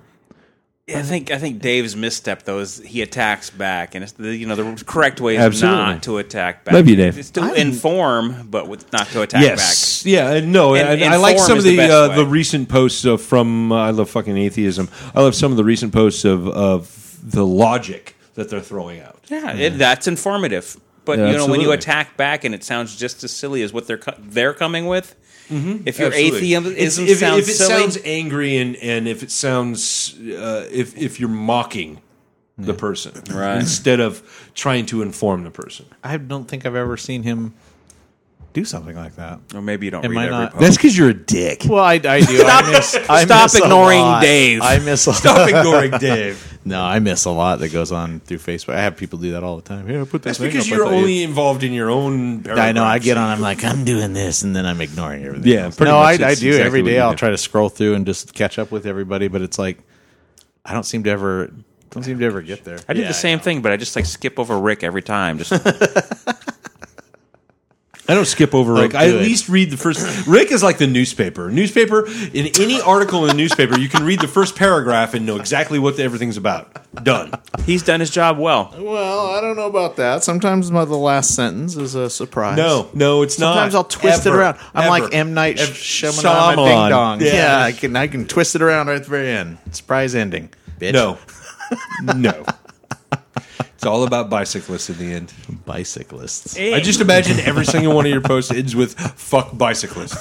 S4: I think I think Dave's misstep though is he attacks back, and it's the you know the correct way is
S1: Absolutely.
S4: not to attack back.
S1: Love you, Dave.
S4: It's to inform, but with, not to attack
S1: yes, yeah, and no,
S4: And-
S1: and,
S4: and
S1: I like
S4: form
S1: some of
S4: is the
S1: the
S4: best
S1: uh,
S4: way.
S1: the recent posts uh, from uh, I love fucking atheism. I love some of the recent posts of of the logic that they're throwing out.
S4: back. Yeah, it, that's informative. But
S1: Yeah,
S4: you know when you
S1: absolutely.
S4: attack back, and it sounds just as silly as what they're co- they're coming with. If your
S1: Mm-hmm. Absolutely. It's-
S4: atheism
S1: if,
S4: sounds
S1: if it
S4: silly,
S1: sounds angry and and if it sounds uh, if if you're mocking the person
S4: Right.
S1: instead of trying to inform the person.
S3: I don't think I've ever seen him do something like that.
S4: or maybe you don't
S3: Am
S4: read
S3: I
S4: every
S3: not-
S4: post.
S1: That's because you're a dick.
S3: Well, I, I do. I miss, I
S4: Stop
S3: miss a
S4: ignoring
S3: lot.
S4: Dave.
S3: I miss a
S1: Stop ignoring Dave.
S3: No, I miss a lot that goes on through Facebook. I have people do that all the time. Here, put this
S1: That's
S3: thing
S1: because
S3: up. I
S1: you're
S3: thought you-
S1: only involved in your own.
S3: I know. I
S1: paragraphs.
S3: get on. I'm like, I'm doing this, and then I'm ignoring everything.
S1: Yeah,
S3: else.
S1: pretty
S3: no,
S1: much
S3: I, I
S1: it's
S3: do
S1: exactly
S3: every
S1: what
S3: day.
S1: you
S3: I'll
S1: do.
S3: try to scroll through and just catch up with everybody, but it's like I don't seem to ever don't seem to ever get there.
S4: I did
S3: Yeah,
S4: the same thing, but I just like skip over Rick every time. Just
S1: I don't skip over Rick. I at
S3: Oh, good.
S1: least read the first. Rick is like the newspaper. Newspaper in any article in the newspaper, you can read the first paragraph and know exactly what everything's about. Done.
S4: he's done his job well.
S3: Well, I don't know about that. Sometimes my, the last sentence is a surprise.
S1: No, no, it's not.
S3: Sometimes I'll twist
S1: Ever.
S3: it around. I'm
S1: Ever.
S3: like M Night
S1: Ev-
S3: Shyamalan,
S1: Shyamalan.
S3: Ding Dong.
S1: Yeah.
S3: Yeah. I can I can twist it around right at the very end. Surprise ending. Bitch.
S1: No. no. It's all about bicyclists in the end.
S3: bicyclists.
S1: I just imagine every single one of your posts ends with fuck bicyclists.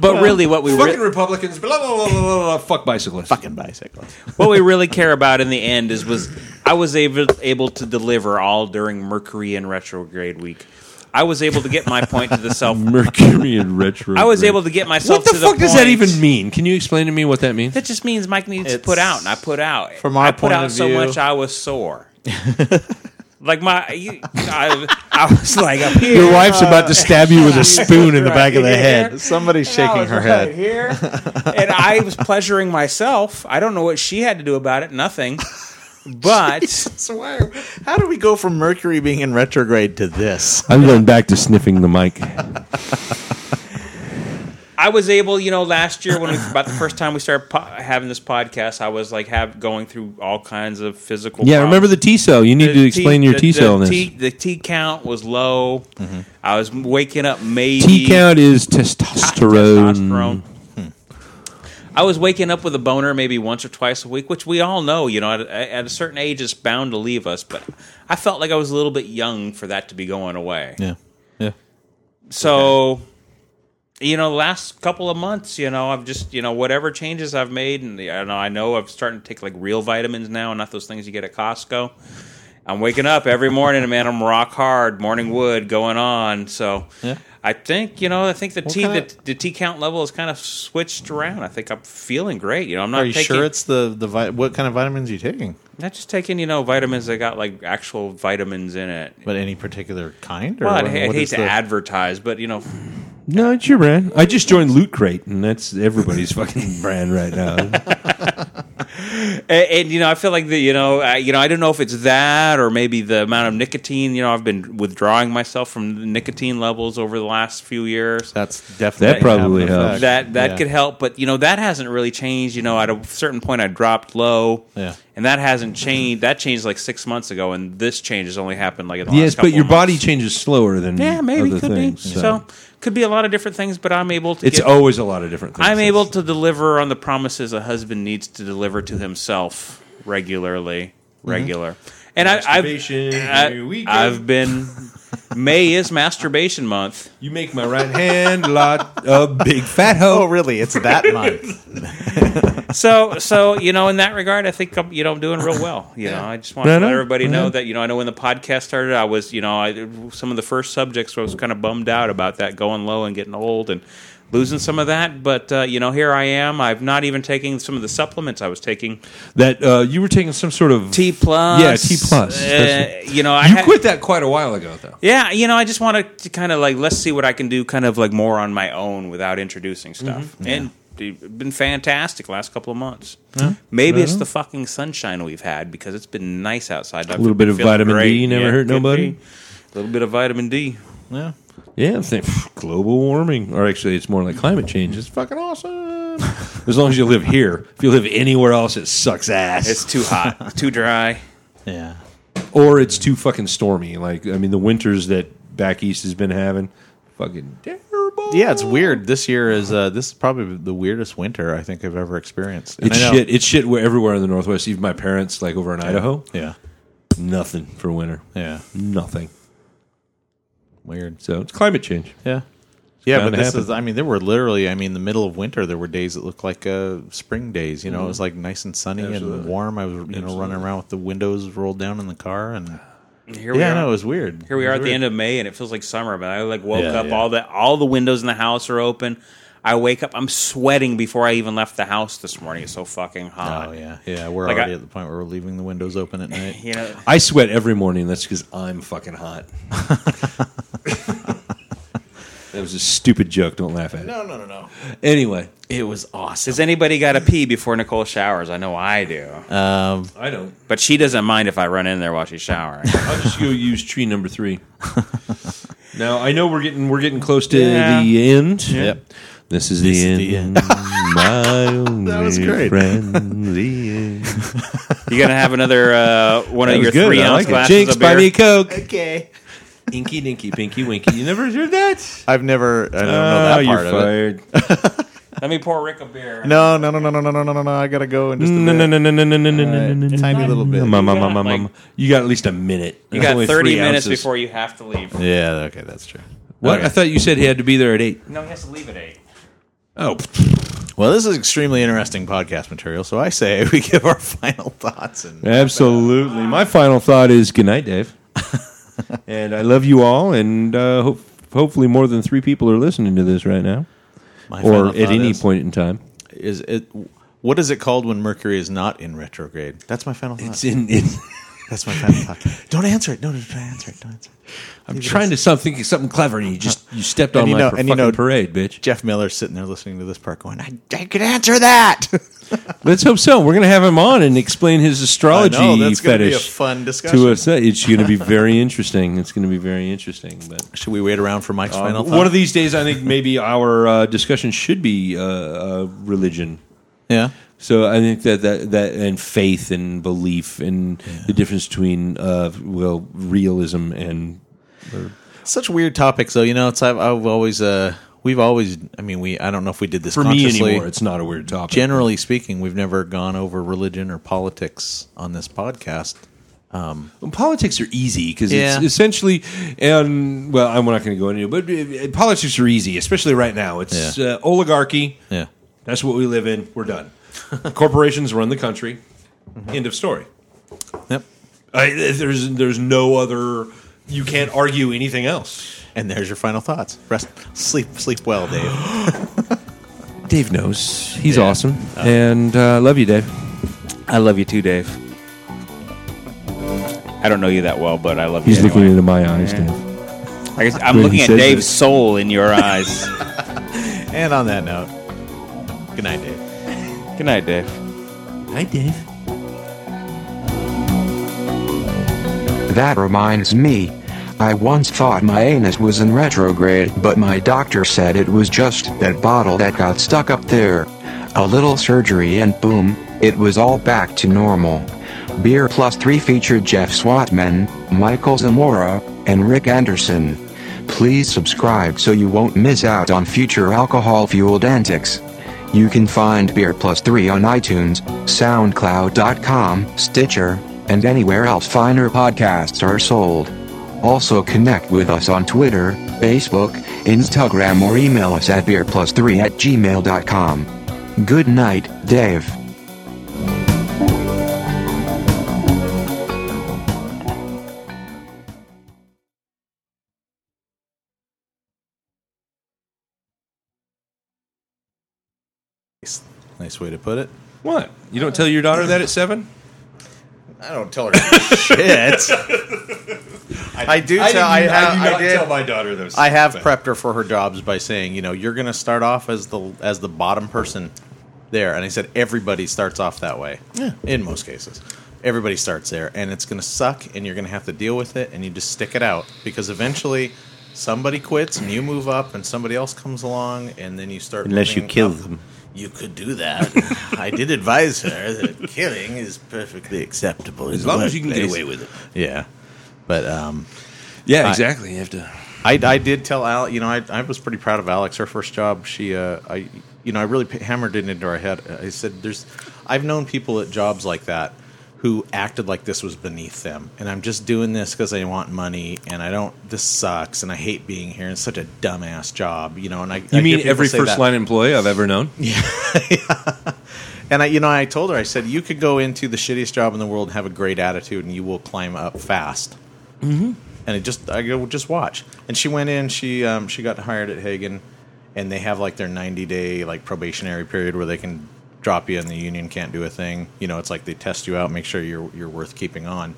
S4: But really, what we re-
S1: Fucking Republicans, blah, blah, blah, blah, blah, blah, fuck bicyclists.
S3: Fucking bicyclists.
S4: what we really care about in the end is was I was able able to deliver all during Mercury and retrograde week. I was able to get my point to the self.
S1: Mercury and retro.
S4: I was able to get myself.
S1: What the
S4: to
S1: fuck does that
S4: point-
S1: even mean? Can you explain to me what that means?
S4: That just means Mike needs to
S3: It's-
S4: put out, and I put out.
S3: From our
S4: I put
S3: point
S4: out
S3: of
S4: so
S3: view-
S4: much I was sore. like my, you, I, I was like up here.
S1: Your wife's about to stab you with a spoon in the back of the
S4: Yeah.
S1: head.
S3: Somebody's
S4: I
S3: shaking
S4: was
S3: her
S4: right
S3: head.
S4: here, and I was pleasuring myself. I don't know what she had to do about it. Nothing, but.
S3: So why, how do we go from Mercury being in retrograde to this?
S1: I'm going back to sniffing the mic.
S4: I was able, you know, last year when we about the first time we started po- having this podcast, I was like have going through all kinds of physical.
S1: Yeah,
S4: problems.
S1: remember the T cell. You need to explain your
S4: the-
S1: T cell
S4: The,
S1: in
S4: T,
S1: this. Mm-hmm.
S4: the T count was low. I was waking up maybe
S1: T count is
S4: testosterone.
S1: testosterone.
S4: I was waking up with a boner maybe once or twice a week, which we all know, you know, at, at a certain age it's bound to leave us. But I felt like I was a little bit young for that to be going away.
S3: Yeah. Yeah.
S4: So you know, last couple of months, you know, I've just, you know, whatever changes I've made, and I know I know I'm starting to take like real vitamins now, and not those things you get at Costco. I'm waking up every morning, and man, I'm rock hard, morning wood going on. So, I think you know, I think the T
S3: kinda-
S4: the, the T count level has kind of switched around. I think I'm feeling great. You know, I'm not
S3: Are you
S4: taking,
S3: sure it's the the vi- what kind of vitamins are you taking?
S4: not just taking you know vitamins that got like actual vitamins in it.
S3: But any particular kind? Or
S4: Well, I'd,
S3: what-
S4: I'd
S3: what
S4: hate
S3: is
S4: to
S3: the-
S4: advertise, but you know,
S1: No, it's your brand. I just joined Loot Crate, and that's everybody's fucking brand right now.
S4: and, and, you know, I feel like the you know, I, you know, I don't know if it's that or maybe the amount of nicotine. You know, I've been withdrawing myself from the nicotine levels over the last few years.
S3: That's definitely
S1: That probably
S3: have an effect.
S1: helps.
S4: That that
S3: Yeah.
S4: could help, but you know, that hasn't really changed. You know, at a certain point, I dropped low.
S3: Yeah.
S4: And that hasn't changed. That changed like six months ago, and this change has only happened like in the
S1: yes,
S4: last couple
S1: but your
S4: of
S1: body
S4: months.
S1: changes slower than
S4: Yeah, maybe
S1: other
S4: could
S1: things,
S4: be. So. could be a lot of different things, but I'm able to.
S1: it's
S4: get-
S1: always a lot of different things.
S4: I'm able to deliver on the promises a husband needs to deliver to himself regularly, regular. And I, I've,
S8: Masturbation every
S4: I,
S8: weekend.
S4: I've been. May is masturbation month.
S1: You make my right hand lot a big fat
S3: Oh,
S1: hoe.
S3: really? It's that month.
S4: So, so you know, in that regard, I think I'm, you know I'm doing real well. You know, I just want
S1: Yeah, I
S4: to
S1: know.
S4: let everybody
S1: Yeah.
S4: know that you know I know when the podcast started, I was you know I, some of the first subjects I was kind of bummed out about that going low and getting old and losing some of that. But uh, you know, here I am. I've not even taken some of the supplements I was taking.
S1: That uh, you were taking some sort of
S4: T plus.
S1: Yeah, T plus.
S4: Uh, you know, I
S1: You
S4: ha-
S1: quit that quite a while ago, though.
S4: Yeah, you know, I just wanted to kind of like let's see what I can do, kind of like more on my own without introducing stuff. And it's been fantastic last couple of months. Maybe it's the fucking sunshine we've had because it's been nice outside. A
S1: little bit of vitamin D never hurt nobody?
S4: A little bit of vitamin D.
S3: Yeah.
S1: Yeah, I'm saying pff, global warming, or actually, it's more like climate change. It's fucking awesome. as long as you live here. If you live anywhere else, it sucks ass.
S4: It's too hot, too dry.
S3: Yeah.
S1: or it's too fucking stormy. Like I mean, the winters that back east has been having, fucking terrible.
S3: Yeah, it's weird. This year is uh, this is probably the weirdest winter I think I've ever experienced. And
S1: It's
S3: I know-
S1: shit. It's shit. Where everywhere in the Northwest, even my parents, like over in Idaho,
S3: Yeah.
S1: nothing for winter.
S3: Yeah.
S1: Nothing.
S3: Weird.
S1: So it's climate change.
S3: Yeah. Yeah,
S1: bound to
S3: but this
S1: happen.
S3: is, I mean, there were literally, I mean, the middle of winter, there were days that looked like uh, spring days. You know, it
S4: Mm-hmm.
S3: was like nice and sunny and warm. I was, you know, running around with the windows rolled down in the car. And
S4: And Here we
S3: yeah,
S4: are.
S3: no, it was weird.
S4: Here we are at the end of May, and it feels like summer. But I like woke
S3: Yeah,
S4: up
S3: yeah.
S4: all the all the windows in the house are open. I wake up. I'm sweating before I even left the house this morning. It's so fucking hot.
S3: Oh, yeah. Yeah, we're
S4: Like I-
S3: already at the point where we're leaving the windows open at night.
S4: You know,
S1: I sweat every morning. That's because I'm fucking hot. that was a stupid joke. Don't laugh at it.
S3: No, no, no, no.
S1: Anyway,
S3: It was awesome.
S4: Does anybody got to pee before Nicole showers? I know I do,
S3: Um,
S1: I don't.
S4: but she doesn't mind if I run in there while she's showering.
S1: I'll just go use tree number three. now I know we're getting we're getting close to
S4: Yeah.
S1: the end.
S3: Yep.
S1: This is the
S3: is
S1: end.
S3: the end.
S1: My only
S3: was great.
S1: friend, the end.
S4: You gonna have another uh, one of your three ounce glasses
S1: Jinx,
S4: of beer?
S1: buy me a Coke.
S3: okay.
S1: Inky dinky, pinky winky. You never heard that? Oh,
S3: I've never, I don't
S1: Ah,
S3: know that part of it.
S1: fired.
S4: Let me pour Rick a beer.
S3: No, no, no, no, no, no, no, no, no, no. I got to go in just a
S1: No, no,
S3: bit.
S1: no, no, no, no, no, no, no,
S3: Alright,
S1: no, no.
S3: Tiny little bit.
S1: Mama, mama,
S4: got,
S1: mama,
S4: like-
S1: mama. You got at least a minute.
S4: you got thirty minutes before you have to leave.
S3: Yeah, okay, that's true.
S1: What?
S3: Okay.
S1: I thought you said he had to be there at eight.
S4: No, he has to leave at eight.
S1: Oh,
S3: Well, this is extremely interesting podcast material, so I say we give our final thoughts and
S1: absolutely. My final thought is good night, Dave. and I love you all, and uh, hope, hopefully more than three people are listening to this right now,
S3: my final
S1: or at
S3: thought
S1: any
S3: is,
S1: point in time.
S3: Is it what is it called when Mercury is not in retrograde? That's my final thought.
S1: It's in. It's,
S3: that's my final thought. Don't answer it. No, no, don't answer it. Don't answer it.
S1: I'm trying to something something clever, and you just you stepped on
S3: And you
S1: my
S3: know-
S1: per-
S3: and you
S1: fucking
S3: know-
S1: parade, bitch.
S3: Jeff Miller's sitting there listening to this part, going, "I, I could answer that."
S1: Let's hope so. We're gonna have him on and explain his
S3: I
S1: astrology
S3: know that's going to
S1: Oh, fetish
S3: be a fun discussion.
S1: to us. It's gonna be very interesting. It's gonna be very interesting. But um,
S3: Should we wait around for Mike's final thought?
S1: one of these days, I think maybe our uh, discussion should be uh, uh, religion.
S3: yeah.
S1: So I think that that, that and faith and belief and the difference between uh, well realism and
S3: such weird topics though you know it's i've, I've always uh we've always i mean we i don't know if we did this
S1: for me
S3: consciously
S1: anymore, it's not a weird topic.
S3: generally speaking we've never gone over religion or politics on this podcast
S1: Well, politics are easy because
S3: Yeah.
S1: it's essentially, and well, I'm not going to go into it, but uh, uh, politics are easy, especially right now. It's
S3: Yeah.
S1: uh, oligarchy.
S3: Yeah.
S1: That's what we live in. We're done. Corporations run the country. End of story.
S3: Yep.
S1: I, there's there's no other. You can't argue anything else.
S3: And there's your final thoughts. Rest, sleep, sleep well, Dave.
S1: Dave knows. He's awesome, and uh, love you, Dave.
S4: I love you too, Dave. I don't know you that well, but I love
S9: He's
S4: you.
S9: looking
S4: anyway.
S9: into my eyes, Dave.
S4: I guess I'm
S9: when
S4: looking
S9: he
S4: at
S9: says
S4: Dave's
S9: this.
S4: soul in your eyes.
S3: And on that note, good night, Dave.
S4: Good night, Dave.
S1: Hi, Dave.
S10: That reminds me. I once thought my anus was in retrograde, but my doctor said it was just that bottle that got stuck up there. A little surgery and boom, it was all back to normal. Beer Plus 3 featured Jeff Swatman, Michael Zamora, and Rick Anderson. Please subscribe so you won't miss out on future alcohol fueled antics. You can find Beer Plus 3 on iTunes, SoundCloud.com, Stitcher, and anywhere else finer podcasts are sold. Also connect with us on Twitter, Facebook, Instagram, or email us at beerplus3 at gmail.com. Good night, Dave.
S3: Nice, nice way to put it.
S1: What? You don't tell your daughter that at seven?
S3: I don't tell her shit. I, do tell. I, have, I, did.
S1: my daughter those.
S3: I have prepped her for her jobs by saying, you know, you're going to start off as the as the bottom person there, and I said everybody starts off that way. Yeah. In most cases, everybody starts there, and it's going to suck, and you're going to have to deal with it, and you just stick it out because eventually. Somebody quits and you move up, and somebody else comes along, and then you start.
S11: Unless you
S3: moving
S11: kill
S3: up.
S11: them.
S3: you could do that. I did advise her that killing is perfectly acceptable
S11: As long as you can get away with it.
S3: Yeah, but um,
S1: yeah, exactly. You have to.
S3: I, I did tell Al. You know, I, I was pretty proud of Alex. Her first job, she, uh, I, you know, I really p- hammered it into our head. I said, "There's, I've known people at jobs like that who acted like this was beneath them, and I'm just doing this because I want money, and I don't. This sucks, and I hate being here. and It's such a dumbass job, you know. And I,
S1: You mean every first line employee I've ever known?
S3: And I, you know, I told her, I said, you could go into the shittiest job in the world, and have a great attitude, and you will climb up fast. Mm-hmm. And it just, I go, "Well, just watch. And she went in, she um, she got hired at Hagen, and they have like their ninety day like probationary period where they can drop you, and the union can't do a thing. You know, it's like they test you out, make sure you're you're worth keeping on.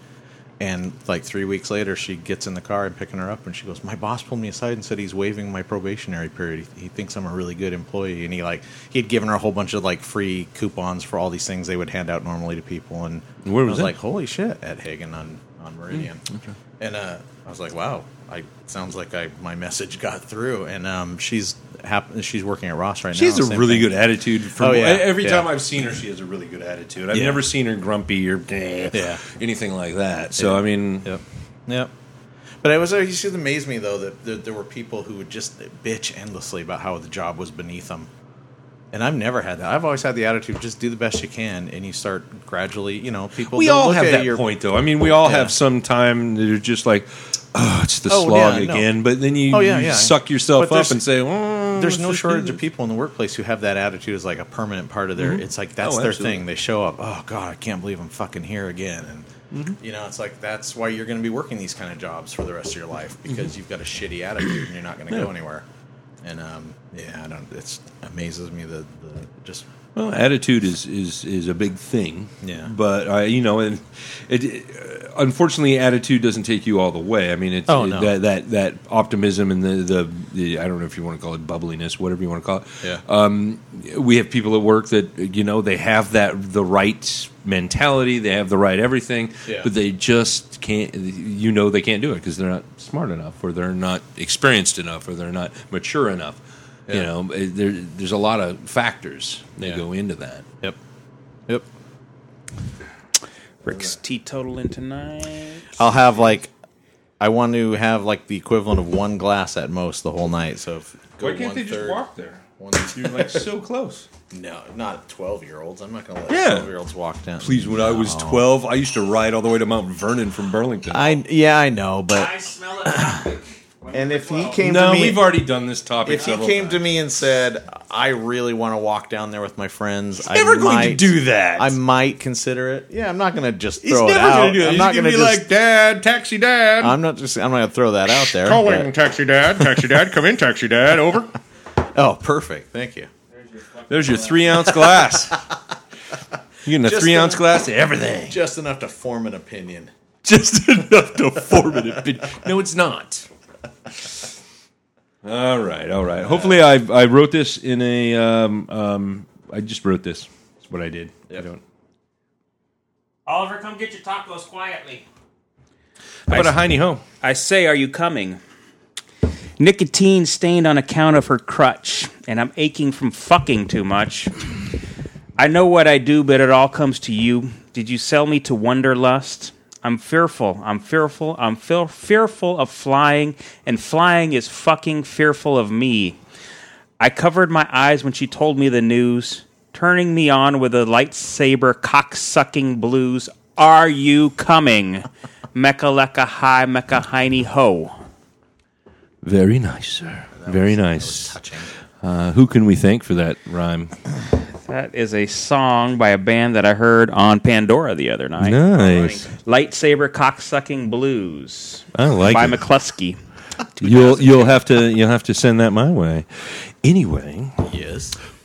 S3: And like three weeks later, she gets in the car and picking her up, and she goes, "My boss pulled me aside and said he's waiving my probationary period. He, he thinks I'm a really good employee." And he like he had given her a whole bunch of like free coupons for all these things they would hand out normally to people. And
S1: Where
S3: I
S1: was
S3: was
S1: that? Hmm,
S3: like, "Holy shit!" At Hagen on on Meridian. And uh, I was like, "Wow, I sounds like I my message got through." And um, she's hap- she's working at Ross right
S1: She
S3: now.
S1: has a
S3: same
S1: really
S3: thing.
S1: good attitude. From
S3: Oh, yeah,
S1: every
S3: yeah.
S1: time I've seen her, she has a really good attitude. I've
S3: Yeah.
S1: never seen her grumpy or eh,
S3: Yeah.
S1: anything like that. So I mean,
S3: Yep. Yep. But I was uh, always it amazed me though that, that there were people who would just bitch endlessly about how the job was beneath them. And I've never had that. I've always had the attitude just do the best you can and you start gradually, you know, people
S1: we
S3: they'll
S1: all
S3: look
S1: have
S3: at
S1: that
S3: your-
S1: point, though. I mean, we all
S3: Yeah.
S1: have some time that are just like, oh, it's the
S3: Oh,
S1: slog
S3: yeah, no.
S1: again. But then you,
S3: Oh, yeah,
S1: you
S3: yeah.
S1: suck yourself
S3: But
S1: up
S3: there's-
S1: and say, "Mm,
S3: There's
S1: let's
S3: no
S1: just do
S3: shortage
S1: this."
S3: of people in the workplace who have that attitude as like a permanent part of their it's like that's
S1: Oh,
S3: their
S1: absolutely.
S3: thing. They show up, oh god, I can't believe I'm fucking here again and
S1: Mm-hmm.
S3: you know, it's like that's why you're going to be working these kind of jobs for the rest of your life
S1: Mm-hmm.
S3: because you've got a shitty attitude and you're not going to go anywhere. And um, yeah, I don't. It amazes me that the just
S1: Well, attitude is is is a big thing.
S3: Yeah.
S1: But I, you know, and it, uh, unfortunately, attitude doesn't take you all the way. I mean, it's
S3: Oh, no.
S1: that that that optimism and the, the the I don't know if you want to call it bubbliness, whatever you want to call it.
S3: yeah.
S1: We have people at work that you know they have that the right mentality, they have the right everything,
S3: Yeah.
S1: but they just can't. You know, they can't do it because they're not smart enough, or they're not experienced enough, or they're not mature enough. You
S3: Yeah.
S1: know, it- there, there's a lot of factors that
S3: Yeah.
S1: go into that.
S3: yep. Yep.
S4: Rick's teetotaling tonight.
S3: I'll have like I want to have like the equivalent of one glass at most the whole night. So if go one third-
S1: walk there?
S3: One,
S1: You're like so close.
S3: no, not twelve year olds. I'm not gonna let
S1: Yeah.
S3: twelve year olds walk down.
S5: Please, when I
S1: Oh.
S5: was 12, I used to ride all the way to Mount Vernon from Burlington.
S3: I yeah, I know, but
S4: smell it.
S3: and if he came
S1: No,
S3: to me,
S1: we've already done this topic.
S3: if he
S1: several
S3: came
S1: times.
S3: to me and said, "I really want to walk down there with my friends," He's
S1: never
S3: I
S1: going
S3: might,
S1: to do that.
S3: I might consider it. Yeah, I'm not gonna just
S1: He's
S3: throw it
S1: never
S3: out.
S1: gonna do that.
S3: I'm
S1: He's
S3: not
S1: gonna, be
S3: just,
S1: like, Dad, taxi, Dad,
S3: I'm not just. I'm not gonna throw that out there.
S1: calling,
S3: but-
S1: taxi, Dad, taxi, Dad, come in, taxi, Dad, over.
S3: oh, perfect. Thank you.
S5: There's your three ounce glass. You're getting a
S3: Just
S5: three
S3: gonna-
S5: ounce glass of everything.
S3: Just enough to form an opinion.
S5: Just enough to form an opinion. No, it's not. All right, all right. Hopefully, I I wrote this in a um um. I just wrote this. That's what I did. I don't.
S4: Oliver, come get your tacos quietly.
S5: How about a heiny ho?
S4: I say, are you coming? Nicotine stained on account of her crutch, and I'm aching from fucking too much. I know what I do, but it all comes to you. Did you sell me to Wonderlust? I'm fearful. I'm fearful. I'm fe- fearful of flying, and flying is fucking fearful of me. I covered my eyes when she told me the news, turning me on with a lightsaber cocksucking blues. Are you coming? Mecca lecca hi, mecca hiney ho.
S5: Very nice, sir. Very nice. Uh, who can we thank for that rhyme?
S4: That is a song by a band that I heard on Pandora the other night.
S5: Nice.
S4: Lightsaber cocksucking blues
S5: I like
S4: by
S5: it.
S4: McCluskey.
S5: You'll you'll have to you'll have to send that my way. Anyway,
S3: Yes.